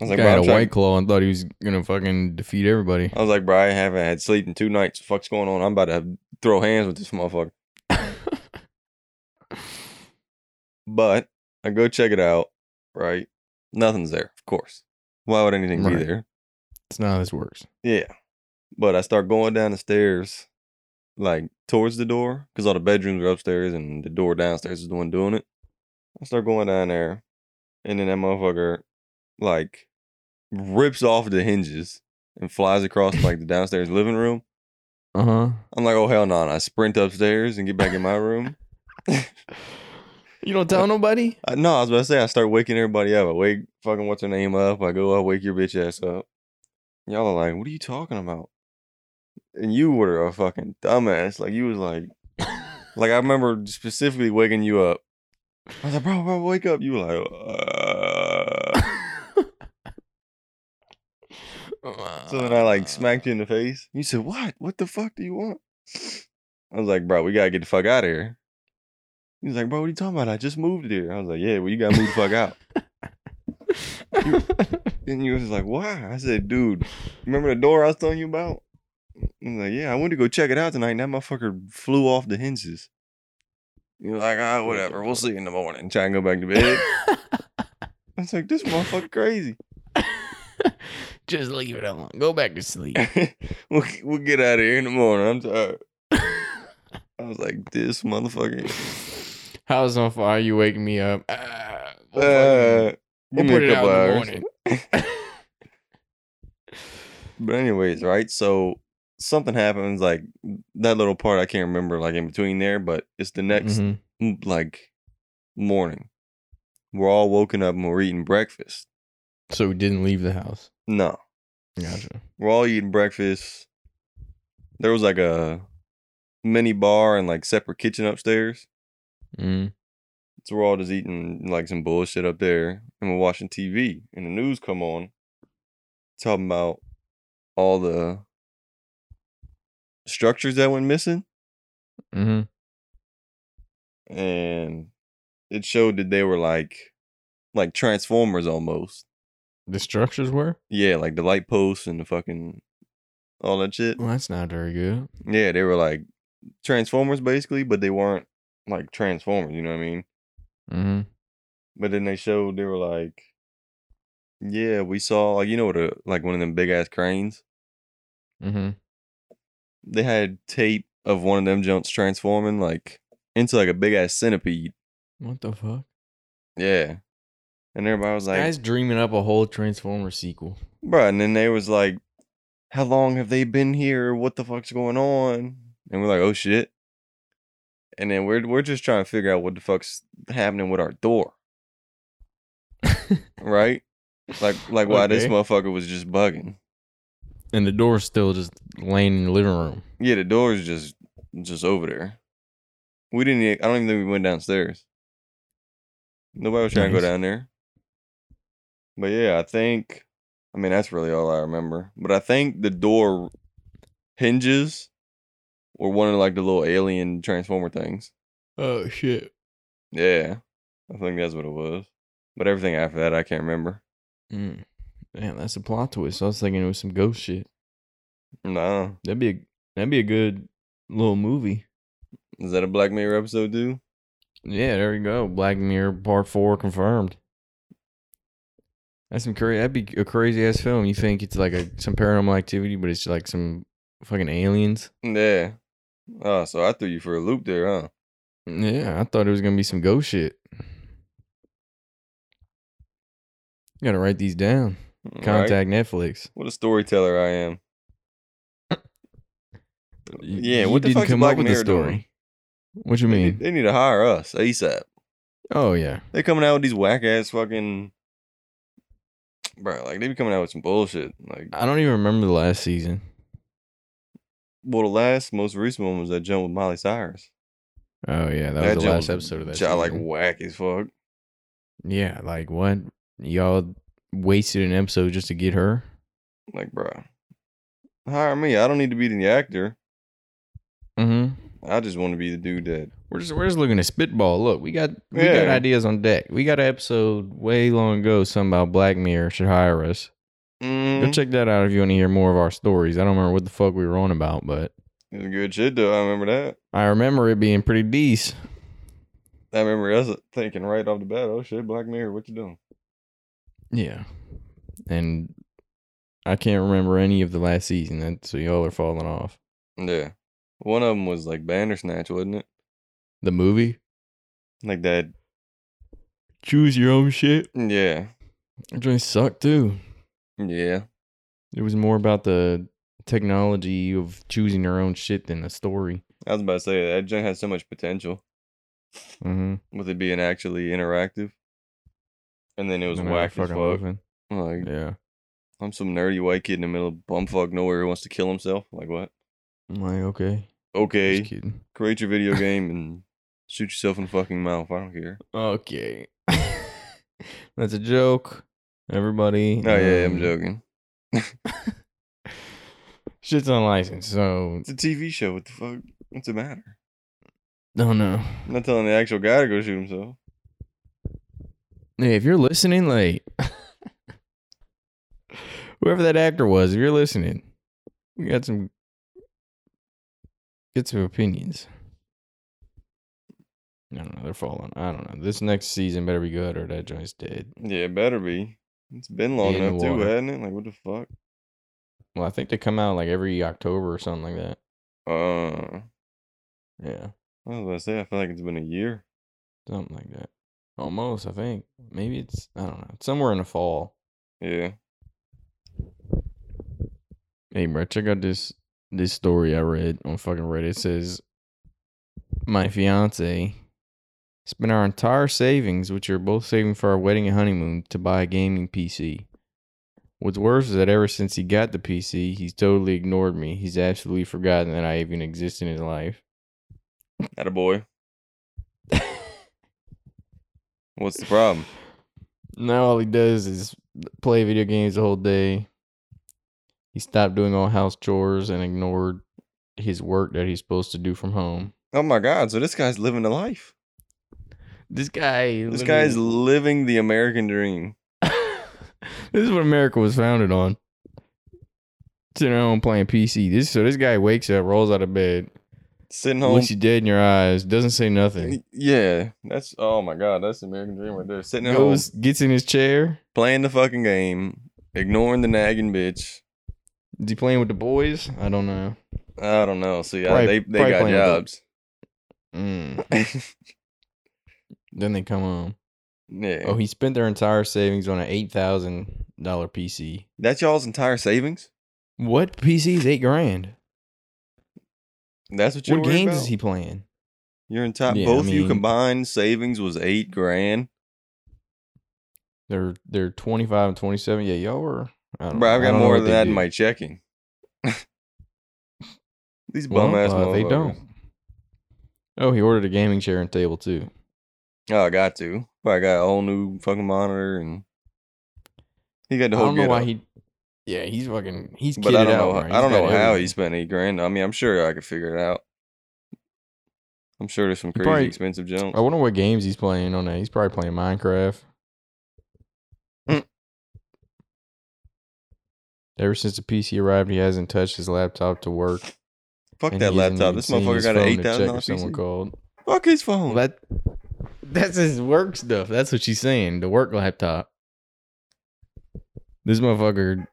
S1: I was
S2: This
S1: like,
S2: guy
S1: bro,
S2: had
S1: I'm
S2: a
S1: trying- Oh.
S2: white claw and thought he was gonna fucking defeat everybody.
S1: I was like, bro, I haven't had sleep in two nights. Fuck's going on? I'm about to throw hands with this motherfucker. But I go check it out. Right, nothing's there. Of course, why would anything be
S2: Right.
S1: there?
S2: [laughs] It's not how this works.
S1: Yeah. But I start going down the stairs, like towards the door, because all the bedrooms are upstairs and the door downstairs is the one doing it. I start going down there, and then that motherfucker, like, rips off the hinges and flies across, like, the downstairs living room.
S2: Uh huh.
S1: I'm like, oh, hell no. And I sprint upstairs and get back in my room.
S2: You don't tell nobody.
S1: I, no, I was about to say, I start waking everybody up. I wake fucking what's her name up. I go, I wake your bitch ass up. Y'all are like, what are you talking about? And you were a fucking dumbass. Like, you was like, like I remember specifically waking you up. I was like, bro, bro, wake up. You were like, uh. So then I like smacked you in the face. You said, what? What the fuck do you want? I was like, bro, we gotta get the fuck out of here. He was like, bro, what are you talking about? I just moved here. I was like, yeah, well, you gotta move the fuck out.
S2: [laughs]
S1: And you was like, why? I said, dude, remember the door I was telling you about? I'm like, yeah, I went to go check it out tonight, and that motherfucker flew off the hinges. You're like, ah, whatever, we'll see you in the morning. Try and go back to bed. [laughs] I was like, this motherfucker crazy. [laughs]
S2: Just leave it alone. Go back to sleep.
S1: we'll, we'll get out of here in the morning. I'm tired. I was like, this motherfucker.
S2: House on fire. You waking me up. Ah, we'll
S1: Uh,
S2: fucking-
S1: give
S2: we'll put
S1: me
S2: it
S1: a
S2: out
S1: couple
S2: in the
S1: hours.
S2: morning.
S1: But anyways, right? So something happens, like that little part I can't remember, like in between there, but it's the next
S2: Mhm.
S1: m- like morning. We're all woken up and we're eating breakfast.
S2: So we didn't leave the house.
S1: No,
S2: Gotcha.
S1: we're all eating breakfast. There was like a mini bar and like separate kitchen upstairs.
S2: Mm.
S1: So we're all just eating like some bullshit up there and we're watching TV and the news come on talking about all the structures that went missing
S2: hmm
S1: and it showed that they were like like transformers almost.
S2: The structures were.
S1: Yeah, like the light posts and the fucking all that shit.
S2: Well, that's not very good.
S1: Yeah, they were like transformers basically, but they weren't like transformers, you know what I mean?
S2: Mm-hmm.
S1: But then they showed they were like Yeah, we saw like you know what a like one of them big ass cranes?
S2: Mm-hmm.
S1: They had tape of one of them jumps transforming like into like a big ass centipede.
S2: What the fuck?
S1: Yeah. And everybody was like
S2: Guys dreaming up a whole Transformer sequel.
S1: Bruh, and then they was like, How long have they been here? What the fuck's going on? And we're like, Oh shit. And then we're we're just trying to figure out what the fuck's happening with our door. right? Like like why this
S2: Okay.
S1: motherfucker was just bugging.
S2: And the door's still just laying in the living room.
S1: Yeah, the door's just just over there. We didn't e- I don't even think we went downstairs. Nobody was trying to
S2: Nice.
S1: go down there. But yeah, I think I mean that's really all I remember. But I think the door hinges were one of like the little alien transformer things.
S2: Oh shit.
S1: Yeah. I think that's what it was. But everything after that I can't remember.
S2: Mm. Damn, that's a plot twist. I was thinking it was some ghost shit.
S1: No.
S2: That'd be a that'd be a good little movie.
S1: Is that a Black Mirror episode dude?
S2: Yeah, there you go. Black Mirror Part Four confirmed. That's some crazy. That'd be a crazy ass film. You think it's like a some paranormal activity, but it's like some fucking aliens.
S1: Yeah. Oh, so I threw you for a loop there, huh?
S2: Yeah, I thought it was gonna be some ghost shit. Gotta write these down.
S1: All right.
S2: Contact Netflix.
S1: What a storyteller I am.
S2: You-
S1: Yeah,
S2: you
S1: what the
S2: didn't
S1: fuck's
S2: come
S1: Black
S2: up with the
S1: Mirror doing?
S2: story. What you
S1: They
S2: mean?
S1: need, they need to hire us ASAP.
S2: Oh yeah,
S1: They coming out with these whack ass fucking bro. Like they be coming out with some bullshit. Like
S2: I don't even remember the last season.
S1: well, the last most recent one was that jump with Molly Cyrus.
S2: Oh yeah, that, was the
S1: jump
S2: last episode of that.
S1: Shot like
S2: season.
S1: whack as fuck.
S2: yeah, like what? Y'all wasted an episode just to get her?
S1: Like bro, hire me. I don't need to be the actor.
S2: Mm-hmm.
S1: I just want to be the dude that
S2: We're just we're just looking at spitball. Look, we got we got
S1: Yeah.
S2: ideas on deck. We got an episode way long ago. Something about Black Mirror should hire us. Go
S1: Mm,
S2: check that out if you want to hear more of our stories. I don't remember what the fuck we were on about, but
S1: it was good shit though. I remember that.
S2: I remember it being pretty decent.
S1: I remember us thinking right off the bat, oh shit, Black Mirror, what you doing?
S2: Yeah, and I can't remember any of the last season. That so y'all are falling off
S1: Yeah. One of them was like Bandersnatch, wasn't it?
S2: the movie.
S1: Like that.
S2: Choose your own shit.
S1: Yeah.
S2: That joint sucked too.
S1: Yeah.
S2: It was more about the technology of choosing your own shit than the story.
S1: I was about to say that junk has so much potential
S2: Mm-hmm.
S1: with it being actually interactive. And then it was
S2: And
S1: whack as
S2: fucking
S1: fuck.
S2: moving.
S1: Like
S2: Yeah.
S1: I'm some nerdy white kid in the middle of bumfuck nowhere who wants to kill himself. Like what?
S2: I'm like, okay. Just
S1: Okay,
S2: kidding.
S1: create your [laughs] video game and shoot yourself in the fucking mouth. I don't care.
S2: Okay. [laughs] That's a joke. Everybody.
S1: Oh yeah, I'm
S2: um,
S1: joking.
S2: Shit's unlicensed, so
S1: It's a TV show. What the fuck? What's the matter?
S2: don't know.
S1: I'm not telling the actual guy to go shoot himself.
S2: Hey, if you're listening, like whoever that actor was, if you're listening, we got some get some opinions. I don't know. They're falling. I don't know. This next season better be good, or that joint's dead.
S1: Yeah, it better be. It's been long
S2: in the
S1: enough too,
S2: water.
S1: hasn't it? Like what the fuck?
S2: Well, I think they come out like every October or something like that.
S1: Uh,
S2: Yeah,
S1: I was about to say I feel like it's been a year.
S2: something like that. Almost, I think. Maybe it's I don't know. It's somewhere in the fall.
S1: Yeah.
S2: Hey, bro, check out this this story I read on fucking Reddit. It says my fiance spent our entire savings, which we are both saving for our wedding and honeymoon, to buy a gaming PC. What's worse is that ever since he got the PC, he's totally ignored me. He's absolutely forgotten that I even exist in his life.
S1: At a boy. What's the problem?
S2: Now all he does is play video games the whole day. He stopped doing all house chores and ignored his work that he's supposed to do from home.
S1: Oh my god! So this guy's living the life.
S2: This guy.
S1: This guy's
S2: literally-
S1: living the American dream.
S2: [laughs] this is what America was founded on. Sitting home playing PC. This so this guy wakes up, rolls out of bed,
S1: Sitting home.
S2: looks you dead in your eyes, doesn't say nothing,
S1: Yeah, that's oh my god, that's the American dream right there. Sitting at home,
S2: goes gets in his chair.
S1: playing the fucking game, ignoring the nagging bitch.
S2: Is he playing with the boys? I don't know.
S1: I don't know. See, I,
S2: Probably-
S1: they they
S2: probably
S1: got
S2: playing with
S1: jobs.
S2: Mm. [laughs] Then they come home.
S1: [laughs] yeah,
S2: Oh, he spent their entire savings on an eight thousand dollar PC.
S1: that's y'all's entire savings.
S2: What PC is eight grand?
S1: That's what you're
S2: What games is he playing?
S1: Your entire
S2: Yeah, I
S1: both you
S2: mean-
S1: combined savings was eight grand.
S2: They're they're twenty five and twenty seven. Yeah, y'all were. I don't
S1: Bro,
S2: know.
S1: I've
S2: I don't
S1: got
S2: know
S1: more
S2: what
S1: than
S2: they
S1: that in
S2: do.
S1: my checking. [laughs] These
S2: Well,
S1: bum ass
S2: uh,
S1: motherfuckers.
S2: they don't. Oh, he ordered a gaming chair and table too.
S1: Oh, I got to. I got a whole new fucking monitor and he got the
S2: I
S1: whole.
S2: don't know
S1: getup.
S2: why he. Yeah, he's fucking. He's
S1: But I
S2: kitted
S1: don't know.
S2: out. right?
S1: I
S2: He's
S1: don't know
S2: got
S1: how
S2: everything.
S1: he spent eight grand. I mean, I'm sure I could figure it out. I'm sure there's some
S2: He
S1: crazy
S2: probably- Oh,
S1: expensive junk.
S2: I wonder what games he's playing on that. He's probably playing Minecraft.
S1: Mm.
S2: Ever since the PC arrived, he hasn't touched his laptop to work.
S1: Fuck
S2: and
S1: that
S2: he hasn't
S1: laptop.
S2: even
S1: This
S2: seen
S1: motherfucker
S2: his
S1: got an
S2: phone
S1: eight
S2: to check
S1: thousand dollar
S2: if Someone
S1: PC.
S2: called.
S1: Fuck his phone.
S2: Well, Oh, that that's his work stuff. That's what she's saying. The work laptop. This motherfucker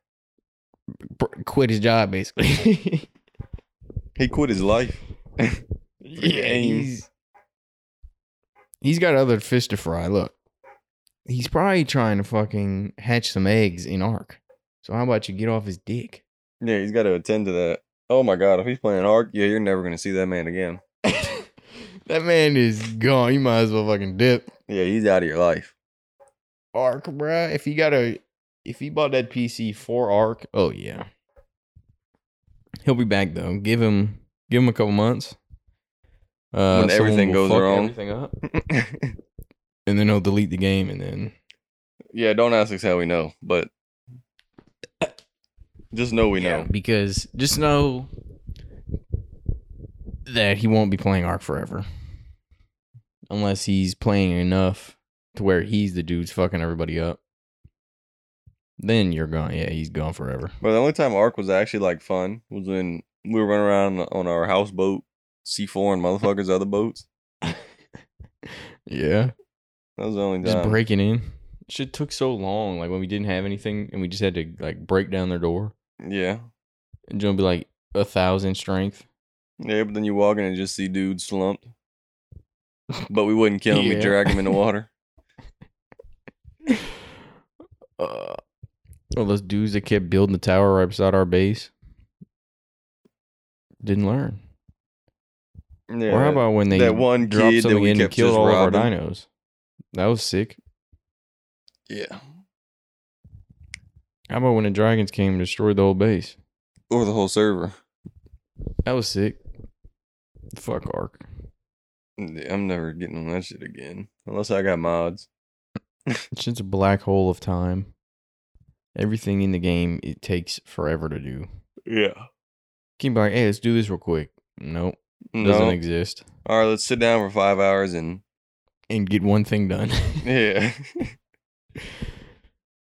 S2: pr- quit his job basically. [laughs]
S1: he quit his life.
S2: yeah,
S1: game.
S2: he's he's got other fish to fry. Look, he's probably trying to fucking hatch some eggs in Ark. So how about you get off his [laughs] dick?
S1: Yeah, he's got to attend to that. Oh my god, if he's playing Ark, yeah, you're never gonna see that man again.
S2: that man is gone. You might as well fucking dip.
S1: Yeah, he's out of your life.
S2: Arc, bruh. If he got a, if he bought that PC for Arc, oh yeah, he'll be back though. Give him, give him a couple months. Uh,
S1: When
S2: someone
S1: everything
S2: will
S1: goes
S2: fuck
S1: wrong.
S2: everything up,
S1: [laughs]
S2: and then he'll delete the game, and then
S1: yeah, don't ask us how we know, but just know we know.
S2: because just know that he won't be playing Arc forever. unless he's playing enough to where he's the dude's fucking everybody up. Then you're gone. Yeah, he's gone forever.
S1: But the only time Ark was actually like fun was when we were running around on our houseboat, seafaring motherfuckers other boats.
S2: Yeah,
S1: That was the only time.
S2: just breaking in. Shit took so long. Like when we didn't have anything and we just had to like break down their door
S1: Yeah.
S2: and Joe would be like a thousand strength.
S1: Yeah, but then you walk in and just see dudes slumped. But we wouldn't kill him.
S2: Yeah.
S1: We'd drag him in the
S2: [laughs]
S1: water.
S2: uh, all those dudes that kept building the tower right beside our base didn't learn.
S1: Yeah.
S2: or how about when they
S1: that one
S2: dropped
S1: kid that
S2: something
S1: we
S2: in and
S1: kept
S2: killed
S1: just
S2: all of our
S1: robbing?
S2: dinos? That was sick.
S1: Yeah.
S2: How about when the dragons came and destroyed the whole base?
S1: Or the whole server.
S2: That was sick. Fuck Ark.
S1: Mm, Yeah, I'm never getting on that shit again. Unless I got mods.
S2: It's just a black hole of time. Everything in the game it takes forever to do.
S1: Yeah.
S2: Can you be like, hey, let's do this real quick? Nope, doesn't
S1: No.
S2: exist.
S1: All right, let's sit down for five hours and [laughs]
S2: And get one thing done. [laughs]
S1: yeah.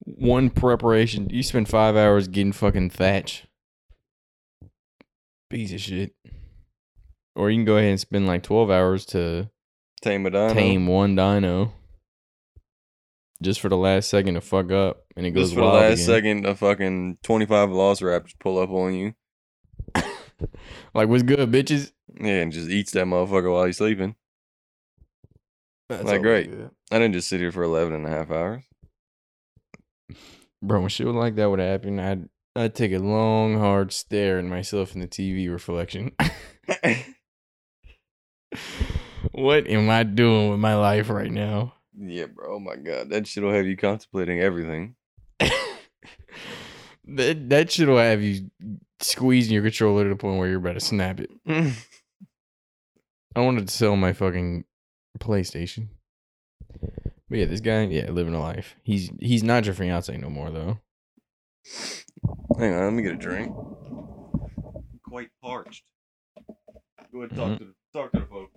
S2: one preparation. You spend five hours getting fucking thatch. Piece of shit. Or you can go ahead and spend like twelve hours to
S1: Tame a dino.
S2: tame one dino. Just for the last second to fuck up and it goes
S1: Just for the
S2: wild
S1: last
S2: again.
S1: second, a fucking 25 velociraptors pull up on you.
S2: [laughs] Like what's good, bitches?
S1: Yeah, and just eats that motherfucker while he's sleeping.
S2: That's
S1: Like,
S2: always
S1: great.
S2: good.
S1: I didn't just sit here for 11 and a half hours. [laughs]
S2: Bro, when shit like that would happen, I'd I'd take a long, hard stare at myself in the TV reflection. what am I doing with my life right now?
S1: yeah, bro. Oh my God. That shit will have you contemplating everything.
S2: [laughs]
S1: [laughs]
S2: that that shit will have you squeezing your controller to the point where you're about to snap it. I wanted to sell my fucking PlayStation. But yeah, this guy, yeah, living a life. He's he's not your fiance no more though.
S1: Hang on, let me get a drink. Quite parched. Go ahead,
S2: talk
S1: to the, talk to the folks.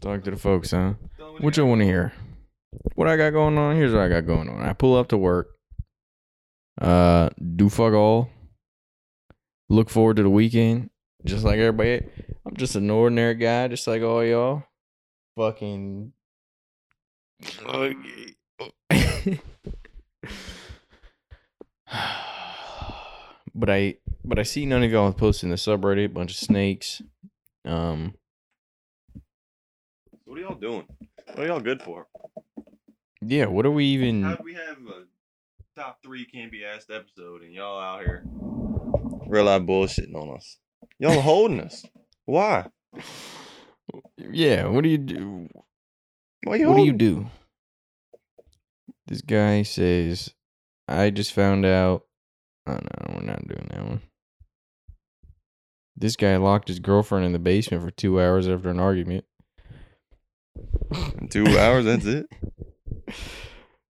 S2: Talk to the folks, huh? What you want to hear? What I got going on? Here's what I got going on. I pull up to work. Uh, do fuck all. Look forward to the weekend, just like everybody. I'm just an ordinary guy, just like all y'all. Fucking. [sighs] but I but I see none of y'all posting the subreddit. Bunch of snakes. Um.
S1: What are y'all doing? What are y'all good for?
S2: Yeah. What are we even?
S1: do we have a top three can be asked episode and y'all out here? Real life bullshitting on us. Y'all holding us. Why?
S2: Yeah, what do you do?
S1: Why
S2: What do you
S1: holding-
S2: do? This guy says, I just found out. Oh, no, we're not doing that one. This guy locked his girlfriend in the basement for two hours after an argument. [laughs]
S1: In two hours, that's it?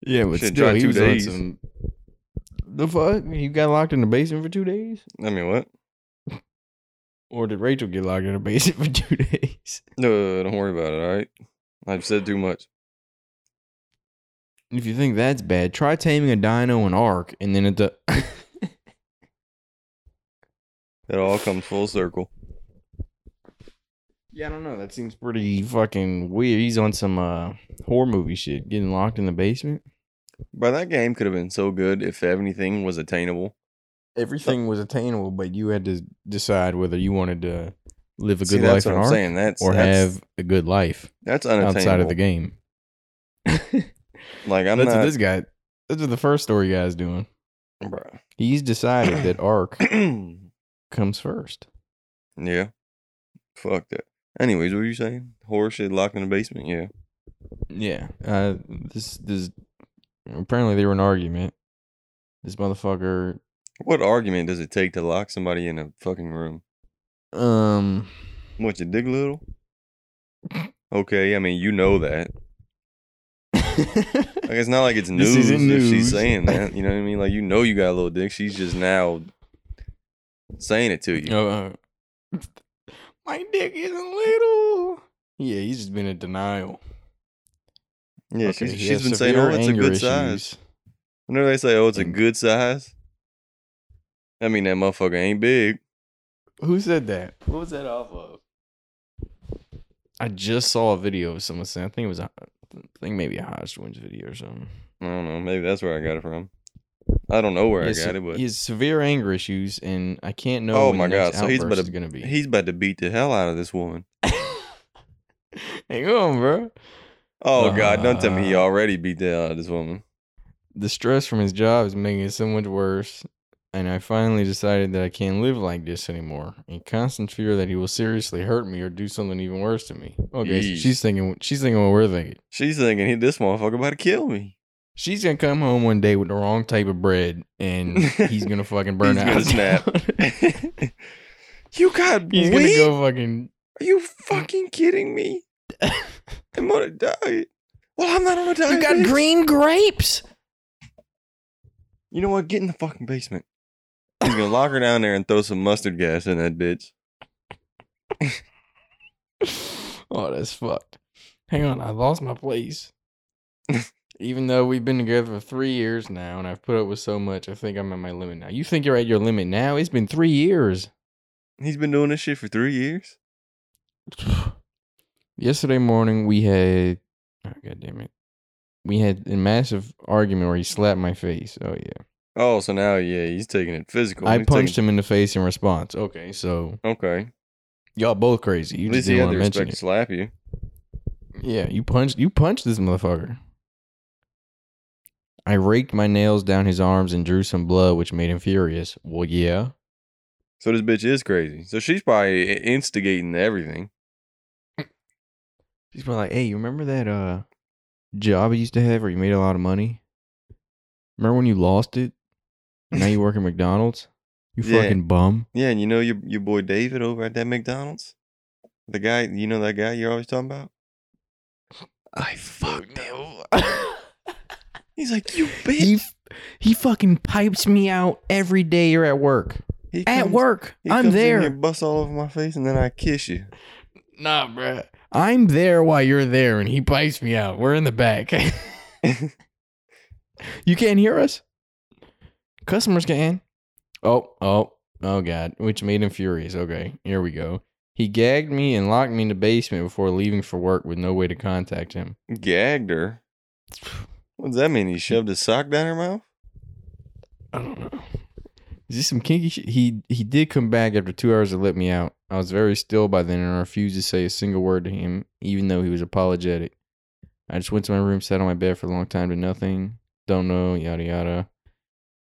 S2: Yeah, but
S1: Shit,
S2: still,
S1: try
S2: he
S1: two
S2: was
S1: days.
S2: on some. The fuck? You got locked in the basement for two days?
S1: I mean, what?
S2: Or did Rachel get locked in the [laughs] basement for two days?
S1: No, don't worry about it, all right? I've said too much.
S2: If you think that's bad, try taming a dino and arc, and then at the. [laughs]
S1: It all comes full circle.
S2: Yeah, I don't know. That seems pretty fucking weird. He's on some uh horror movie shit, getting locked in the basement.
S1: Bro, that game could have been so good if anything was attainable.
S2: Everything was attainable, but you had to decide whether you wanted to live a
S1: See,
S2: good
S1: that's
S2: life
S1: what
S2: in
S1: I'm
S2: art
S1: saying. That's
S2: or
S1: that's,
S2: have a good life
S1: that's unattainable.
S2: outside of the [laughs] game.
S1: Like I'm
S2: that's what
S1: not,
S2: this guy. That's what the first story guy's doing. He's decided [clears throat]
S1: [clears throat]
S2: that arc
S1: bro.
S2: comes first.
S1: yeah, fuck that. Anyways, what were you saying? Horror shit locked in the basement. Yeah,
S2: Yeah. Uh, this this apparently they were in an argument. This motherfucker
S1: what argument does it take to lock somebody in a fucking room?
S2: um [laughs]
S1: What you dig a little? Okay, I mean you know that. Like it's not like it's
S2: [laughs] This
S1: news,
S2: isn't
S1: if
S2: news.
S1: she's
S2: [laughs]
S1: saying that. You know what I mean? Like you know you got a little dick. She's just now saying it to you.
S2: [laughs] Oh, uh, my dick isn't little. Yeah, he's just been in denial.
S1: Yeah,
S2: Okay,
S1: she's,
S2: he
S1: she's
S2: has
S1: been saying, "Oh,
S2: severe
S1: it's a
S2: anger
S1: good size."
S2: issues.
S1: Whenever they say, "Oh, it's a
S2: Mm.
S1: good size," I mean that motherfucker ain't big.
S2: Who said that? What was that off of? I just saw a video of someone saying. I think it was. a- I think maybe a Hodgwin's video or something.
S1: I don't know. Maybe that's where I got it from. I don't know where
S2: He
S1: I
S2: has
S1: got
S2: se-
S1: it, but
S2: he has severe anger issues, and I can't know.
S1: Oh
S2: when
S1: my
S2: the next
S1: God, so he's
S2: outburst
S1: about to-
S2: is gonna be. [laughs]
S1: he's about to beat the hell out of this woman.
S2: Hang on, bro.
S1: Oh God! Don't tell me he
S2: Uh,
S1: already beat the hell out of this woman.
S2: The stress from his job is making it so much worse, and I finally decided that I can't live like this anymore. In constant fear that he will seriously hurt me or do something even worse to me. Okay, so
S1: Yeesh.
S2: she's thinking. She's thinking what we're thinking.
S1: She's thinking he, this motherfucker about to kill me. [laughs]
S2: She's gonna come home one day with the wrong type of bread, and he's gonna fucking
S1: [laughs]
S2: burn
S1: He's
S2: out.
S1: gonna snap. you got
S2: [laughs] he's
S1: weed?
S2: gonna go fucking.
S1: Are you fucking kidding
S2: [laughs]
S1: me? I'm on a diet. Well, I'm not on a diet. bitch.
S2: green grapes.
S1: You know what? Get in the fucking basement. He's gonna lock her down there and throw some mustard gas in that bitch.
S2: [laughs] oh, that's fucked. Hang on, I lost
S1: [laughs]
S2: my place. Even though we've been together for three years now, and I've put up with so much, I think I'm at my limit now. You think you're at your limit now? It's been
S1: [sighs]
S2: three years.
S1: He's been doing this shit for three years.
S2: Yesterday morning, we had. Oh, God damn it. We had a massive argument where he slapped my face. Oh, yeah.
S1: Oh, so now yeah, he's taking it physical.
S2: I
S1: He's taking-
S2: punched him in the face in response. Okay, so
S1: Okay.
S2: y'all both crazy. You
S1: At least
S2: just
S1: he
S2: didn't
S1: had
S2: want
S1: the
S2: to mention
S1: respect to
S2: it.
S1: slap you.
S2: Yeah, you punched you punched this motherfucker. I raked my nails down his arms and drew some blood, which made him furious. Well, yeah.
S1: So this bitch is crazy. So she's probably i- instigating everything.
S2: She's probably like, "Hey, you remember that uh job you used to have where you made a lot of money? Remember when you lost it? Now
S1: [laughs]
S2: you work at McDonald's? You
S1: Yeah.
S2: fucking bum."
S1: Yeah, and you know your your boy David over at that McDonald's, the guy you know that guy you're always talking about. I fucked He's like you bitch.
S2: [laughs] [sighs] he f- he fucking pipes me out every day you're at work.
S1: He
S2: At
S1: comes-
S2: work.
S1: he
S2: I'm
S1: comes in
S2: there.
S1: here, busts all over my face, and then I kiss you. [laughs]
S2: Nah, bruh. I'm there while you're there, and he bites me out. We're in the back. [laughs] you can't hear us? Customers can. Oh, oh, oh, God. Which made him furious. Okay, here we go. He gagged me and locked me in the basement before leaving for work with no way to contact him.
S1: Gagged her. What does that mean? He shoved his sock down her mouth?
S2: I don't know. Is this some kinky shit? He he did come back after two hours to let me out. I was very still by then and I refused to say a single word to him, even though he was apologetic. I just went to my room, sat on my bed for a long time, did nothing. Don't know, yada yada.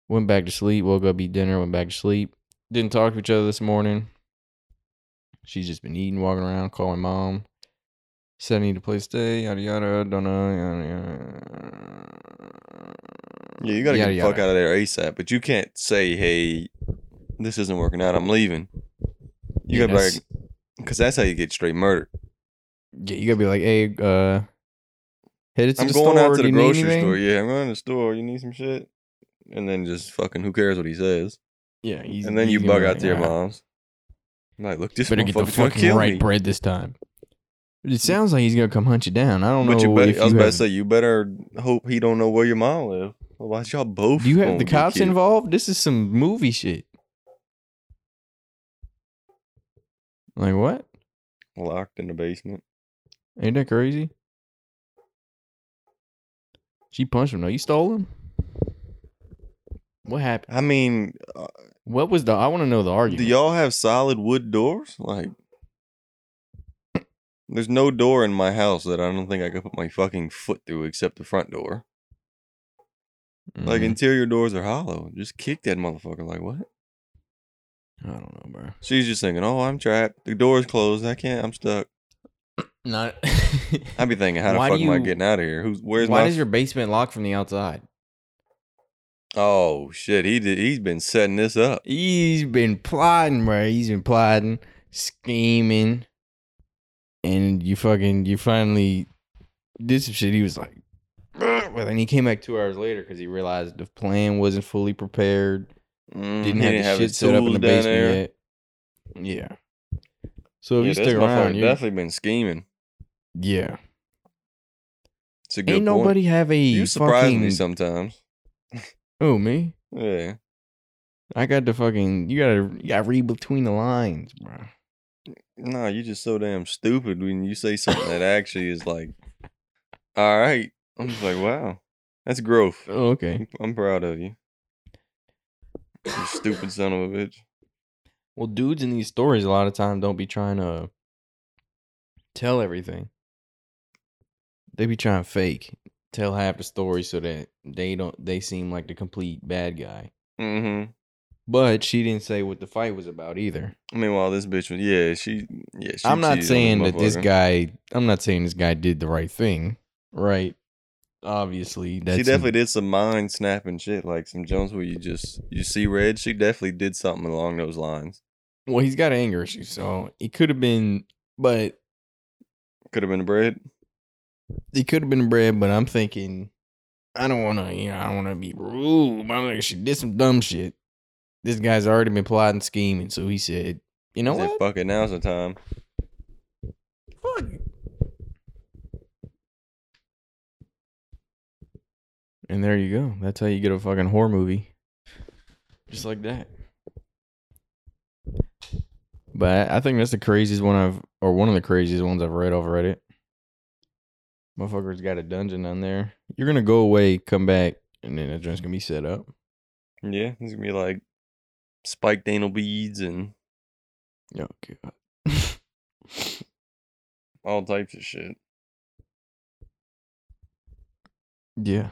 S2: Went back to sleep, woke up, eat dinner, went back to sleep. Didn't talk to each other this morning. She's just been eating, walking around, calling mom. Said I need a place to stay, yada yada, don't know, yada yada.
S1: Yeah, you gotta get the fuck out of there ASAP. But you can't say, "Hey, this isn't working out. I'm leaving." You
S2: Yeah,
S1: gotta
S2: that's-
S1: be because that's how you get straight murdered.
S2: Yeah, you gotta be like, hey, uh, headed to
S1: I'm
S2: the
S1: going
S2: store.
S1: out to
S2: do
S1: the
S2: you need
S1: grocery
S2: anything?
S1: store. Yeah, I'm going to the store. You need some shit, and then just fucking who cares what he says?
S2: Yeah, he's,
S1: and then
S2: he's
S1: you
S2: gonna
S1: bug
S2: be
S1: out
S2: like,
S1: to your
S2: "Ah,
S1: mom's. I'm like, look, this
S2: Better get the
S1: motherfucker's gonna
S2: fucking
S1: kill
S2: right
S1: me.
S2: bread this time. It sounds like he's gonna come hunt you down. I don't
S1: But
S2: know.
S1: you better,
S2: if
S1: I was about
S2: you
S1: to
S2: have,
S1: say, you better hope he don't know where your mom live. Otherwise, y'all both.
S2: do you have
S1: gonna
S2: the
S1: get
S2: cops
S1: killed.
S2: involved? This is some movie shit. Like what?
S1: Locked in the basement.
S2: Ain't that crazy? She punched him. No, you stole him. What happened?
S1: I mean, uh,
S2: What was the? I want to know the argument.
S1: do y'all have solid wood doors? Like, there's no door in my house that I don't think I could put my fucking foot through, except the front door. Like
S2: Mm,
S1: interior doors are hollow. Just kick that motherfucker. Like what?
S2: I don't know, bro.
S1: She's just thinking, oh, I'm trapped. The door's closed. I can't. I'm stuck. [laughs]
S2: Not.
S1: I'd be thinking, how the
S2: Why
S1: fuck
S2: do
S1: am I
S2: you-
S1: getting out of here? Who's where's
S2: Why
S1: my?
S2: does your basement lock from the outside?
S1: oh shit, he did. He's been setting this up.
S2: He's been plotting, bro. He's been plotting, scheming, and you fucking you finally did some shit. He was like, "Ugh," but then he came back two hours later because he realized the plan wasn't fully prepared.
S1: Mm,
S2: Didn't
S1: he
S2: have
S1: didn't
S2: the
S1: have
S2: shit
S1: his
S2: set up in
S1: tools
S2: the
S1: down
S2: basement
S1: there.
S2: yet. Yeah. So
S1: yeah,
S2: if you
S1: this
S2: stick
S1: motherfucker
S2: around, you
S1: definitely been scheming.
S2: Yeah.
S1: It's a good
S2: Ain't
S1: point.
S2: nobody have a
S1: You surprise
S2: fucking,
S1: me sometimes.
S2: Oh me?
S1: Yeah.
S2: I got to fucking you gotta you gotta read between the lines, bro.
S1: No, you just so damn stupid when you say something that actually is like, all right. I'm just like, wow, that's growth.
S2: Oh, okay.
S1: I'm proud of you. You stupid son of a bitch.
S2: [laughs] Well, dudes in these stories a lot of time don't be trying to tell everything. They be trying to fake, tell half the story so that they don't they seem like the complete bad guy.
S1: Mm-hmm.
S2: But she didn't say what the fight was about either.
S1: Meanwhile, this bitch was yeah. She yeah. She
S2: I'm
S1: cheated on
S2: not saying that this
S1: motherfucker.
S2: guy I'm not saying this guy did the right thing, right? Obviously, that's
S1: she definitely did some mind snapping shit, like some Jones where you just you see red. She definitely did something along those lines.
S2: [laughs] Well, he's got anger issues, so it could have been, but
S1: Could have been bread.
S2: it could have been bread. But I'm thinking, I don't want to, you know, I don't want to be rude. But I'm like, she did some dumb shit. This guy's already been plotting, scheming, so he said, you know
S1: Said,
S2: what?
S1: Fuck it, now's the time.
S2: Fuck it." And there you go. That's how you get a fucking horror movie, just like that. But I I think that's the craziest one I've, or one of the craziest ones I've read off Reddit. Motherfucker's got a dungeon on there. You're gonna go away, come back, and then that dungeon's gonna be set up.
S1: Yeah, it's gonna be like spiked anal beads and
S2: Oh god. [laughs]
S1: all types of shit.
S2: yeah.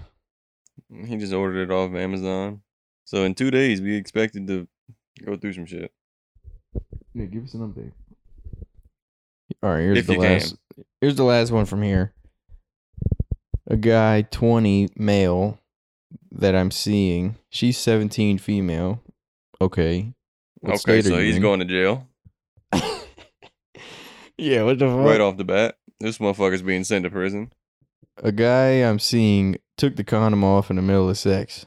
S1: He just ordered it off Amazon. So in two days, we expected to go through some shit.
S2: Yeah, give us an update. All right, here's
S1: If
S2: the
S1: you can.
S2: last. Here's the last one from here. A guy, twenty, male, that I'm seeing. She's seventeen, female. Okay. What
S1: okay,
S2: state are
S1: so
S2: you
S1: he's
S2: in?
S1: going to jail
S2: [laughs] yeah. What the fuck?
S1: right off the bat. This motherfucker's being sent to prison.
S2: A guy I'm seeing took the condom off in the middle of sex.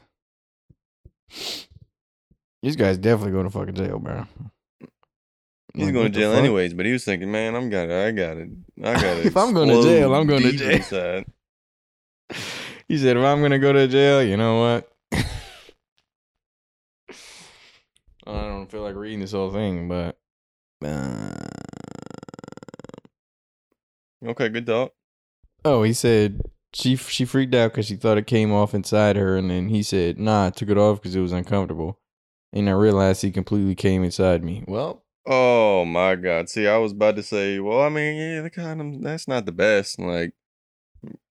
S2: This guy's definitely going to fucking jail, bro.
S1: He's
S2: Like,
S1: going
S2: what
S1: to
S2: the
S1: jail
S2: fuck?
S1: anyways, but he was thinking, man, I'm got to I got to I
S2: [laughs]
S1: got to
S2: If I'm going to jail, I'm going to jail.
S1: Inside.
S2: He said, if I'm going to go to jail, you know what? [laughs] I don't feel like reading this whole thing, but. Uh,
S1: Okay, good talk.
S2: oh, he said she she freaked out because she thought it came off inside her, and then he said, nah, I took it off because it was uncomfortable. And I realized he completely came inside me. Well, [coughs]
S1: Oh my god. See, I was about to say, well, I mean, yeah, the condom that's not the best, like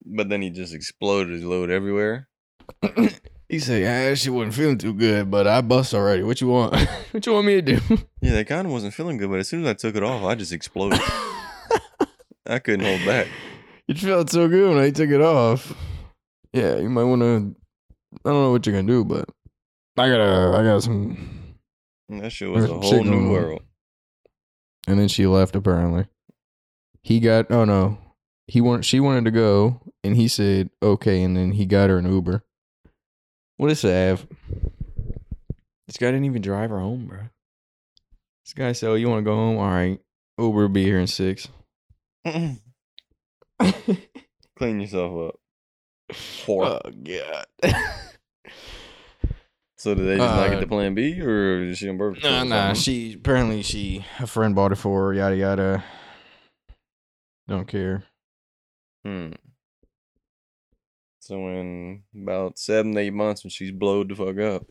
S1: but then he just exploded his load everywhere.
S2: he said, ah, she wasn't feeling too good, but I bust already. What you want? [laughs] what you want me to do?
S1: Yeah, that condom wasn't feeling good, but as soon as I took it off, I just
S2: [laughs]
S1: exploded. I couldn't hold back.
S2: It felt so good when I took it off. Yeah, you might want to. I don't know what you're gonna do, but I gotta. I got some.
S1: That shit was a
S2: There's a
S1: whole
S2: chick on
S1: new
S2: the-
S1: world.
S2: And then she left. Apparently, he got. Oh no, he wanted. She wanted to go, and he said okay. And then he got her an Uber. What is Sav? This guy didn't even drive her home, bro. This guy said, oh, "You want to go home? All right, Uber will be here in [laughs] six.
S1: [clears throat] Clean yourself up. Whore.
S2: oh god. [laughs]
S1: so did they just not get
S2: uh,
S1: the plan B or is she on birth
S2: No,
S1: control? or
S2: no.
S1: something?
S2: She apparently she a friend bought it for her, yada yada. Don't care.
S1: Hmm. So in about seven, eight months when she's blowed the fuck up.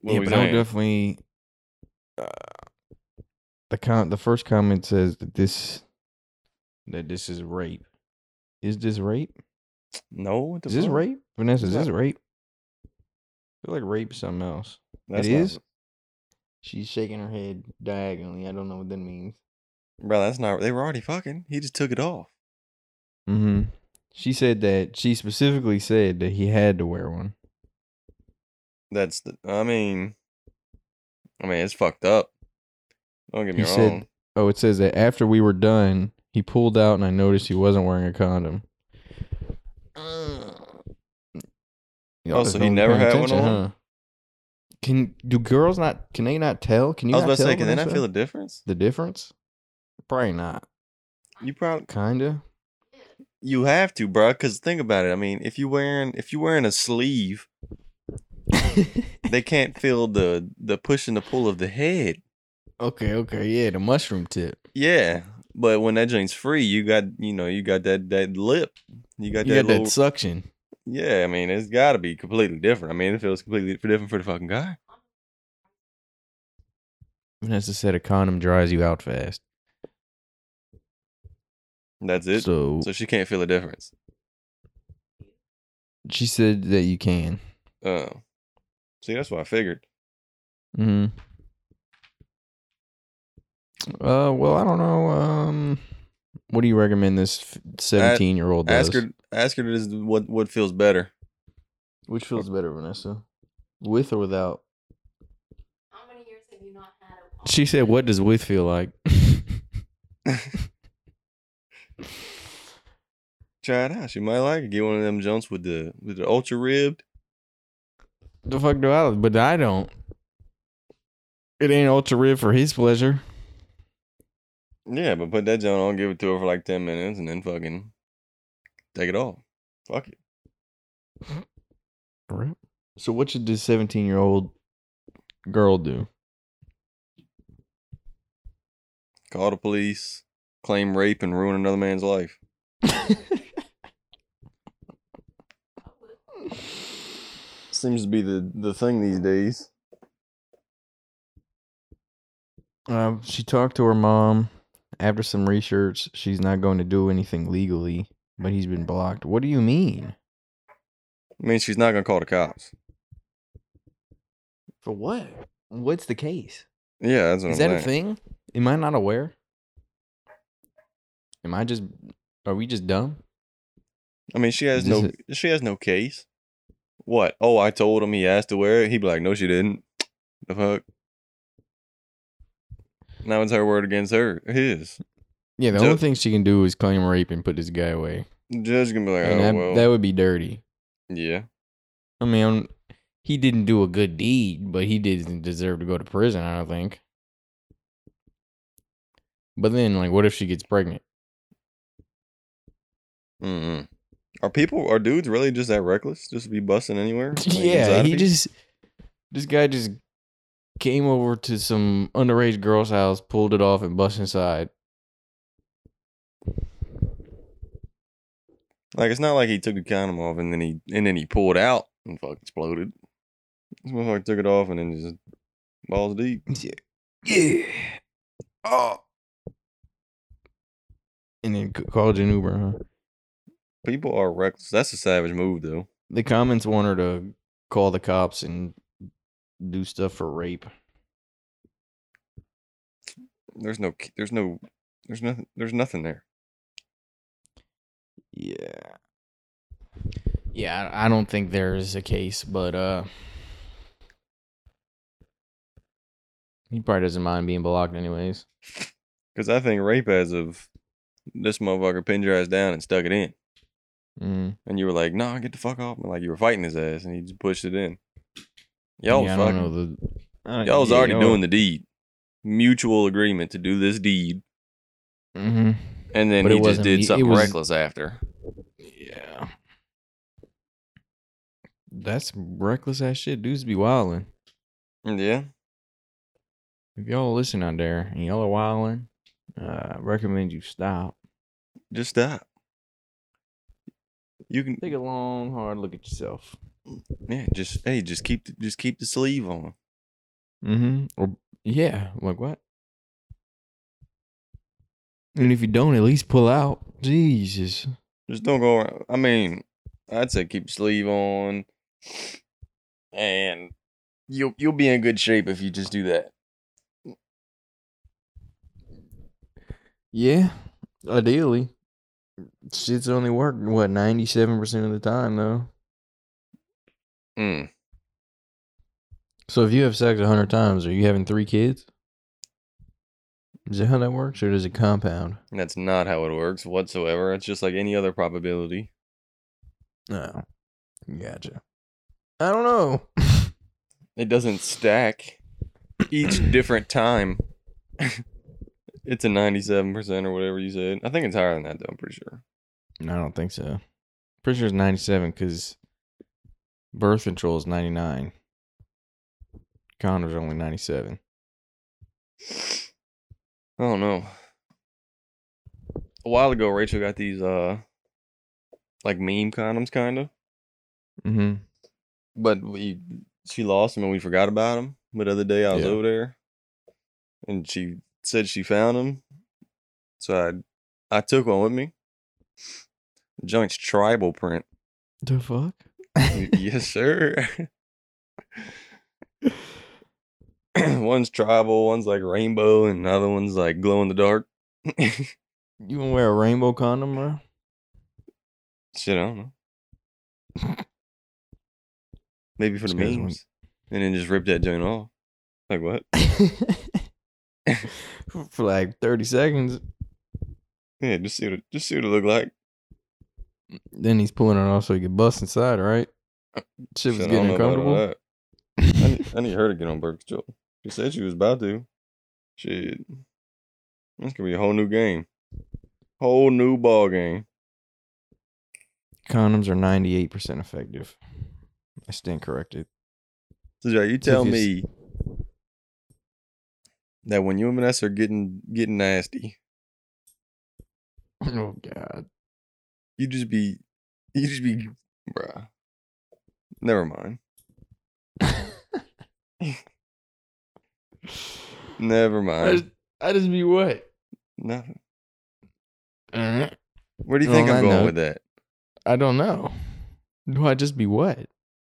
S1: What
S2: yeah,
S1: we
S2: but I would
S1: saying?
S2: definitely. Uh, the com- the first comment says that this that this is rape. Is this rape?
S1: No, what the
S2: Is this
S1: fuck?
S2: rape, Vanessa? Is
S1: Yeah.
S2: this rape? I feel like rape is something else.
S1: That's
S2: it
S1: not-
S2: is. She's shaking her head diagonally. I don't know what that means.
S1: bro. That's not. They were already fucking. He just took it off.
S2: Mm-hmm. She said that she specifically said that he had to wear one.
S1: That's the. I mean, I mean, it's fucked up. Don't get me
S2: He
S1: wrong.
S2: said- Oh, it says that after we were done, he pulled out and I noticed he wasn't wearing a condom. Y'all
S1: Mm. Oh,
S2: just
S1: so he
S2: don't be
S1: never
S2: paying
S1: had one
S2: attention,
S1: on?
S2: huh? Can do girls not? Can they not tell? Can you?
S1: I was
S2: not
S1: about to say,
S2: tell
S1: can
S2: when
S1: they
S2: I
S1: not
S2: say
S1: feel the difference?
S2: the difference? Probably not.
S1: You probably [laughs]
S2: Kinda.
S1: you have to, bro. Because think about it. I mean, if you wearing if you wearing a sleeve, they can't feel the the push and the pull of the head.
S2: okay, okay, yeah, the mushroom tip.
S1: Yeah, but when that joint's free, you got you know you got that that lip. You got
S2: You
S1: that
S2: got
S1: little.
S2: that suction.
S1: yeah, I mean, it's got to be completely different. I mean, it feels completely different for the fucking guy.
S2: Vanessa said a condom dries you out fast.
S1: That's it. So,
S2: so
S1: she can't feel a difference.
S2: she said that you can.
S1: Oh, see, that's what I figured.
S2: Hmm. Uh. Well, I don't know. Um. What do you recommend this seventeen-year-old does?
S1: Ask her. Ask her this, what what feels better.
S2: Which feels better, Vanessa, with or without?
S3: How many years have you not had a
S2: She said, "What does with feel like?"
S1: Try it out. She might like it. Get one of them joints with the with the ultra ribbed.
S2: the fuck do I? But I don't. It ain't ultra rib for his pleasure.
S1: Yeah, but put that joint on, give it to her for like ten minutes, and then fucking take it off. Fuck it.
S2: So what should this seventeen-year-old girl do?
S1: Call the police. Claim rape and ruin another man's life. Seems to be the the thing these days.
S2: [laughs] Uh, she talked to her mom. After some research, she's not going to do anything legally, but he's been blocked. What do you mean?
S1: I mean, she's not gonna call the cops.
S2: For what? What's the case?
S1: Yeah, that's what
S2: Is
S1: I'm
S2: that a
S1: saying.
S2: thing? Am I not aware? Am I just? Are we just dumb?
S1: I mean, she has
S2: This
S1: no she has no case. What? Oh, I told him he asked to wear it. He'd be like, "No, she didn't." The fuck. Now it's her word against her his.
S2: Yeah, the
S1: So-
S2: only thing she can do is claim rape and put this guy away,
S1: The judge gonna be like,
S2: and
S1: "Oh
S2: that,
S1: well,
S2: that would be dirty.
S1: yeah."
S2: I mean, I'm- he didn't do a good deed, but he didn't deserve to go to prison. I don't think. But then, like, what if she gets [laughs] pregnant?
S1: Mm-mm. Are people are dudes really just that reckless? Just to be busting anywhere?
S2: [laughs]
S1: Like,
S2: yeah,
S1: inside
S2: he
S1: of people?
S2: just this guy just came over to some underage girl's house, pulled it off, and bust inside.
S1: like it's not like he took the condom off and then he and then he pulled out and fucking exploded. This motherfucker took it off and then just balls deep.
S2: Yeah. Yeah. Oh. And then c- called you an Uber, huh?
S1: People are reckless. That's a savage move though.
S2: The comments want her to call the cops and do stuff for rape.
S1: There's no there's no there's nothing there's nothing there.
S2: Yeah. Yeah, I I don't think there is a case, but uh he probably doesn't mind being blocked anyways.
S1: Because I think rape as of this motherfucker pinned your ass down and stuck it in.
S2: Mm.
S1: And you were like, nah, get the fuck off. And like you were fighting his ass and he just pushed it in. Y'all
S2: yeah,
S1: was
S2: I
S1: fucking.
S2: don't know the I-
S1: Y'all was
S2: yeah,
S1: already
S2: y'all-
S1: doing the deed. Mutual agreement to do this deed.
S2: Mhm.
S1: And then
S2: But it
S1: he just
S2: wasn't- it
S1: did something
S2: was-
S1: reckless after.
S2: Yeah. That's reckless ass shit. Dudes be wildin'.
S1: Yeah.
S2: If y'all listen out there and y'all are wildin', uh, I recommend you stop.
S1: Just stop. You can
S2: Take a long, hard look at yourself.
S1: yeah, just hey, just keep the, just keep the sleeve on.
S2: Mm-hmm. Or yeah, like what? And if you don't, at least pull out. Jesus.
S1: Just don't go around. I mean, I'd say keep the sleeve on, and you'll you'll be in good shape if you just do that.
S2: Yeah, ideally. Shit's only worked what ninety seven percent of the time though.
S1: Mm.
S2: So if you have sex hundred times, are you having three kids? Is that how that works, or does it compound?
S1: That's not how it works whatsoever. It's just like any other probability.
S2: No. Gotcha. I don't know.
S1: It doesn't stack each different time. [laughs] It's a 97% or whatever you said. I think it's higher than that, though, I'm pretty sure.
S2: No, I don't think so. Pretty sure it's 97 because birth control is 99. Condoms are only 97.
S1: I don't know. Oh, A while ago, Rachel got these, uh, like meme condoms, kind of.
S2: Mm-hmm.
S1: But we, she lost them and we forgot about them. But the other day, I was
S2: Yeah.
S1: over there and she said she found them. So I, I took one with me. The junk's tribal print.
S2: The fuck?
S1: [laughs] yes, sir. [clears throat] one's tribal, one's like rainbow, and another one's like glow in the dark. [laughs] Shit,
S2: You gonna wear a rainbow condom, [laughs] bro?
S1: I don't know. Maybe for the
S2: This guy's one-
S1: memes, and then just rip that joint off. Like what?
S2: For like 30 seconds.
S1: Yeah, just see what it, just see what it look like.
S2: Then he's pulling it off so he could bust inside, right? Shit
S1: Shit,
S2: was
S1: I
S2: getting
S1: don't know about all
S2: uncomfortable.
S1: that. I need, I need her to get on birth control. She said she was about to. Shit, this could be a whole new game, whole new ball game.
S2: [laughs] Condoms are 98% effective. I stand corrected.
S1: So Jay, you
S2: So
S1: tell
S2: if
S1: me
S2: you
S1: that when you and Vanessa are getting getting nasty,
S2: [laughs] Oh, God.
S1: you just be you just be bruh. Never mind.
S2: [laughs]
S1: Never
S2: I
S1: mind.
S2: just, I just be what?
S1: Nothing.
S2: Uh,
S1: Where do you
S2: On
S1: think
S2: that
S1: I'm going
S2: note-
S1: with that?
S2: I don't know. Do I just be what?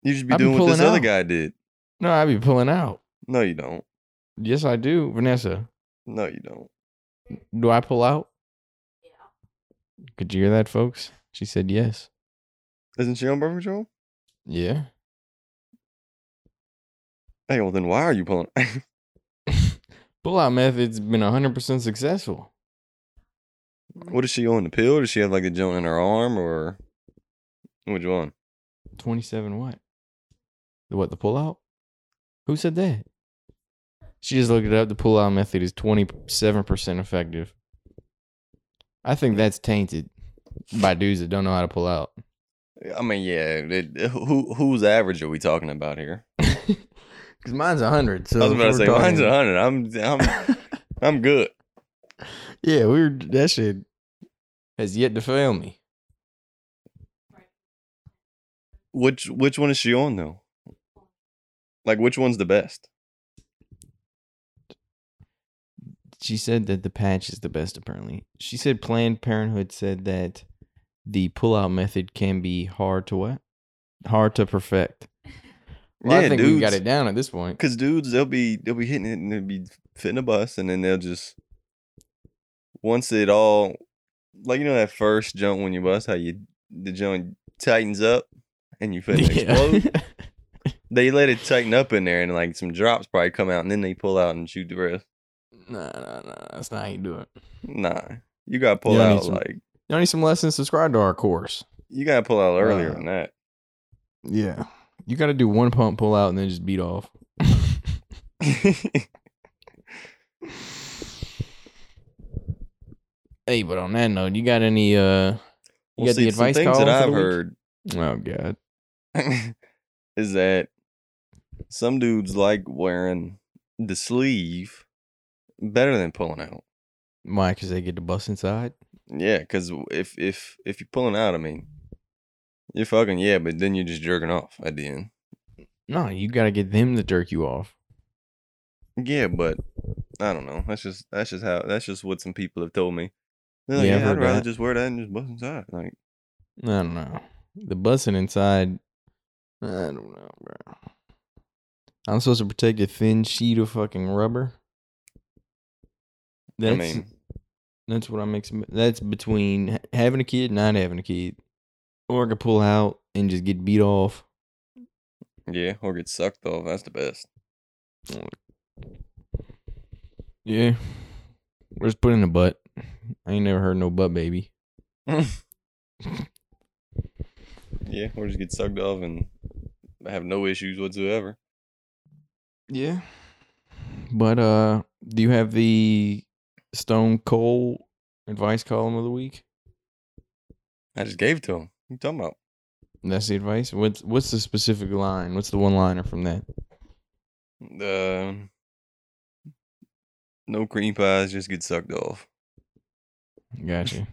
S1: You just be
S2: I've been
S1: doing what this
S2: pulling
S1: other
S2: out.
S1: guy did.
S2: No, I be pulling out.
S1: No, you don't.
S2: Yes, I do. Vanessa,
S1: No, you don't.
S2: do I pull out?
S3: Yeah.
S2: Could you hear that, folks? She said yes.
S1: Isn't she on birth control?
S2: Yeah. [laughs]
S1: Hey, well then why are you pulling? [laughs]
S2: Pullout method's been 100% successful. Mm.
S1: what is she on? The pill? Does she have like the joint in her arm or which one?
S2: 27 what? The what, the pullout? Who said that? She just looked it up. The pullout method is 27% effective. I think that's tainted by dudes that don't know how to pull out. [laughs]
S1: I mean, yeah. It, who whose average are we talking about here?
S2: Because mine's 100. So
S1: I was
S2: if
S1: about to
S2: we're
S1: say
S2: talking-
S1: mine's a hundred. I'm I'm
S2: [laughs]
S1: I'm good.
S2: yeah, we were, that shit has yet to fail me.
S1: Which which one is she on though? Like which one's the best?
S2: She said that the patch is the best, apparently. She said Planned Parenthood said that the pullout method can be hard to what? Hard to perfect. Well, I think we got it down at this
S1: [laughs]
S2: point.
S1: Cause dudes, they'll be they'll be hitting it and they'll be fitting a bus, and then they'll just once it all like you know that first jump when you bust, how you the joint tightens up and you fit
S2: [laughs] Yeah.
S1: explode. They let it tighten up in there, and like some drops probably come out, and then they pull out and shoot the rest.
S2: nah, nah, nah. That's not how you do it.
S1: Nah, you gotta pull
S2: Yeah, I need
S1: out
S2: some-
S1: like
S2: Y'all need some lessons. Subscribe to our course.
S1: you gotta pull out earlier
S2: Uh,
S1: than that. [laughs]
S2: Yeah. You got to do one pump, pull out, and then just beat off. hey, but on that note, you got any? uh You
S1: Well,
S2: got the
S1: see, some
S2: advice
S1: things
S2: column
S1: that
S2: for
S1: I've
S2: the week?
S1: heard
S2: Oh god.
S1: [laughs] is that some dudes like wearing the sleeve better than pulling out.
S2: Why? Because they get the bus inside.
S1: Yeah, because if if if you're pulling out, I mean, you're fucking yeah, but then you're just jerking off at the end.
S2: No, you got to get them to jerk you off.
S1: Yeah, but I don't know. That's just that's just how that's just what some people have told me. They're like,
S2: You
S1: yeah,
S2: ever
S1: I'd rather
S2: got-
S1: just wear that and just bust inside. Like,
S2: I don't know. The bussing inside. I don't know, bro. I'm supposed to protect a thin sheet of fucking rubber. That's
S1: I mean,
S2: that's what I'm mixing. That's between ha- having a kid, not having a kid, or I could pull out and just get beat off.
S1: yeah, or get sucked off. That's the best.
S2: Yeah, or just put in a butt. I ain't never heard no butt baby.
S1: Yeah, or just get sucked off and have no issues whatsoever.
S2: Yeah. But uh do you have the Stone Cold advice column of the week.
S1: I just gave it to him. What you talking about?
S2: And that's the advice. What's what's the specific line? What's the one liner from that?
S1: Um, no cream pies, just get sucked off.
S2: [laughs] Gotcha.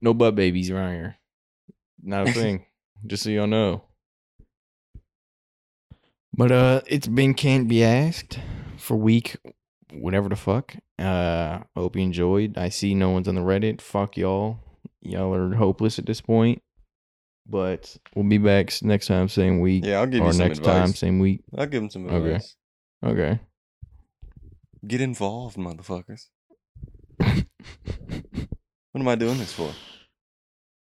S2: no butt babies around here. [laughs] Not a thing. Just so y'all know. But uh it's been can't be asked for week whatever the fuck. Uh hope you enjoyed. I see no one's on the Reddit. Fuck y'all. Y'all are hopeless at this point. But we'll be back s- next time, same week.
S1: Yeah, I'll give
S2: or
S1: you some
S2: next
S1: advice.
S2: time, same week.
S1: I'll give him some
S2: Okay.
S1: advice.
S2: Okay.
S1: Get involved, motherfuckers. What am I doing this for?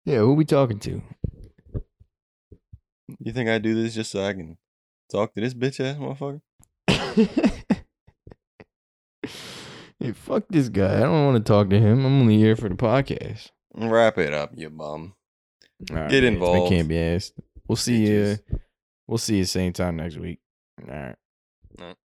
S2: yeah, who we talking to?
S1: You think I do this just so I can talk to this bitch ass motherfucker?
S2: hey, fuck this guy. I don't want to talk to him. I'm only here for the podcast.
S1: Wrap it up, you bum.
S2: Alright,
S1: Get
S2: it's been
S1: involved.
S2: Can't be asked. We'll see you.
S1: Bitches.
S2: We'll see you same time next week. All right.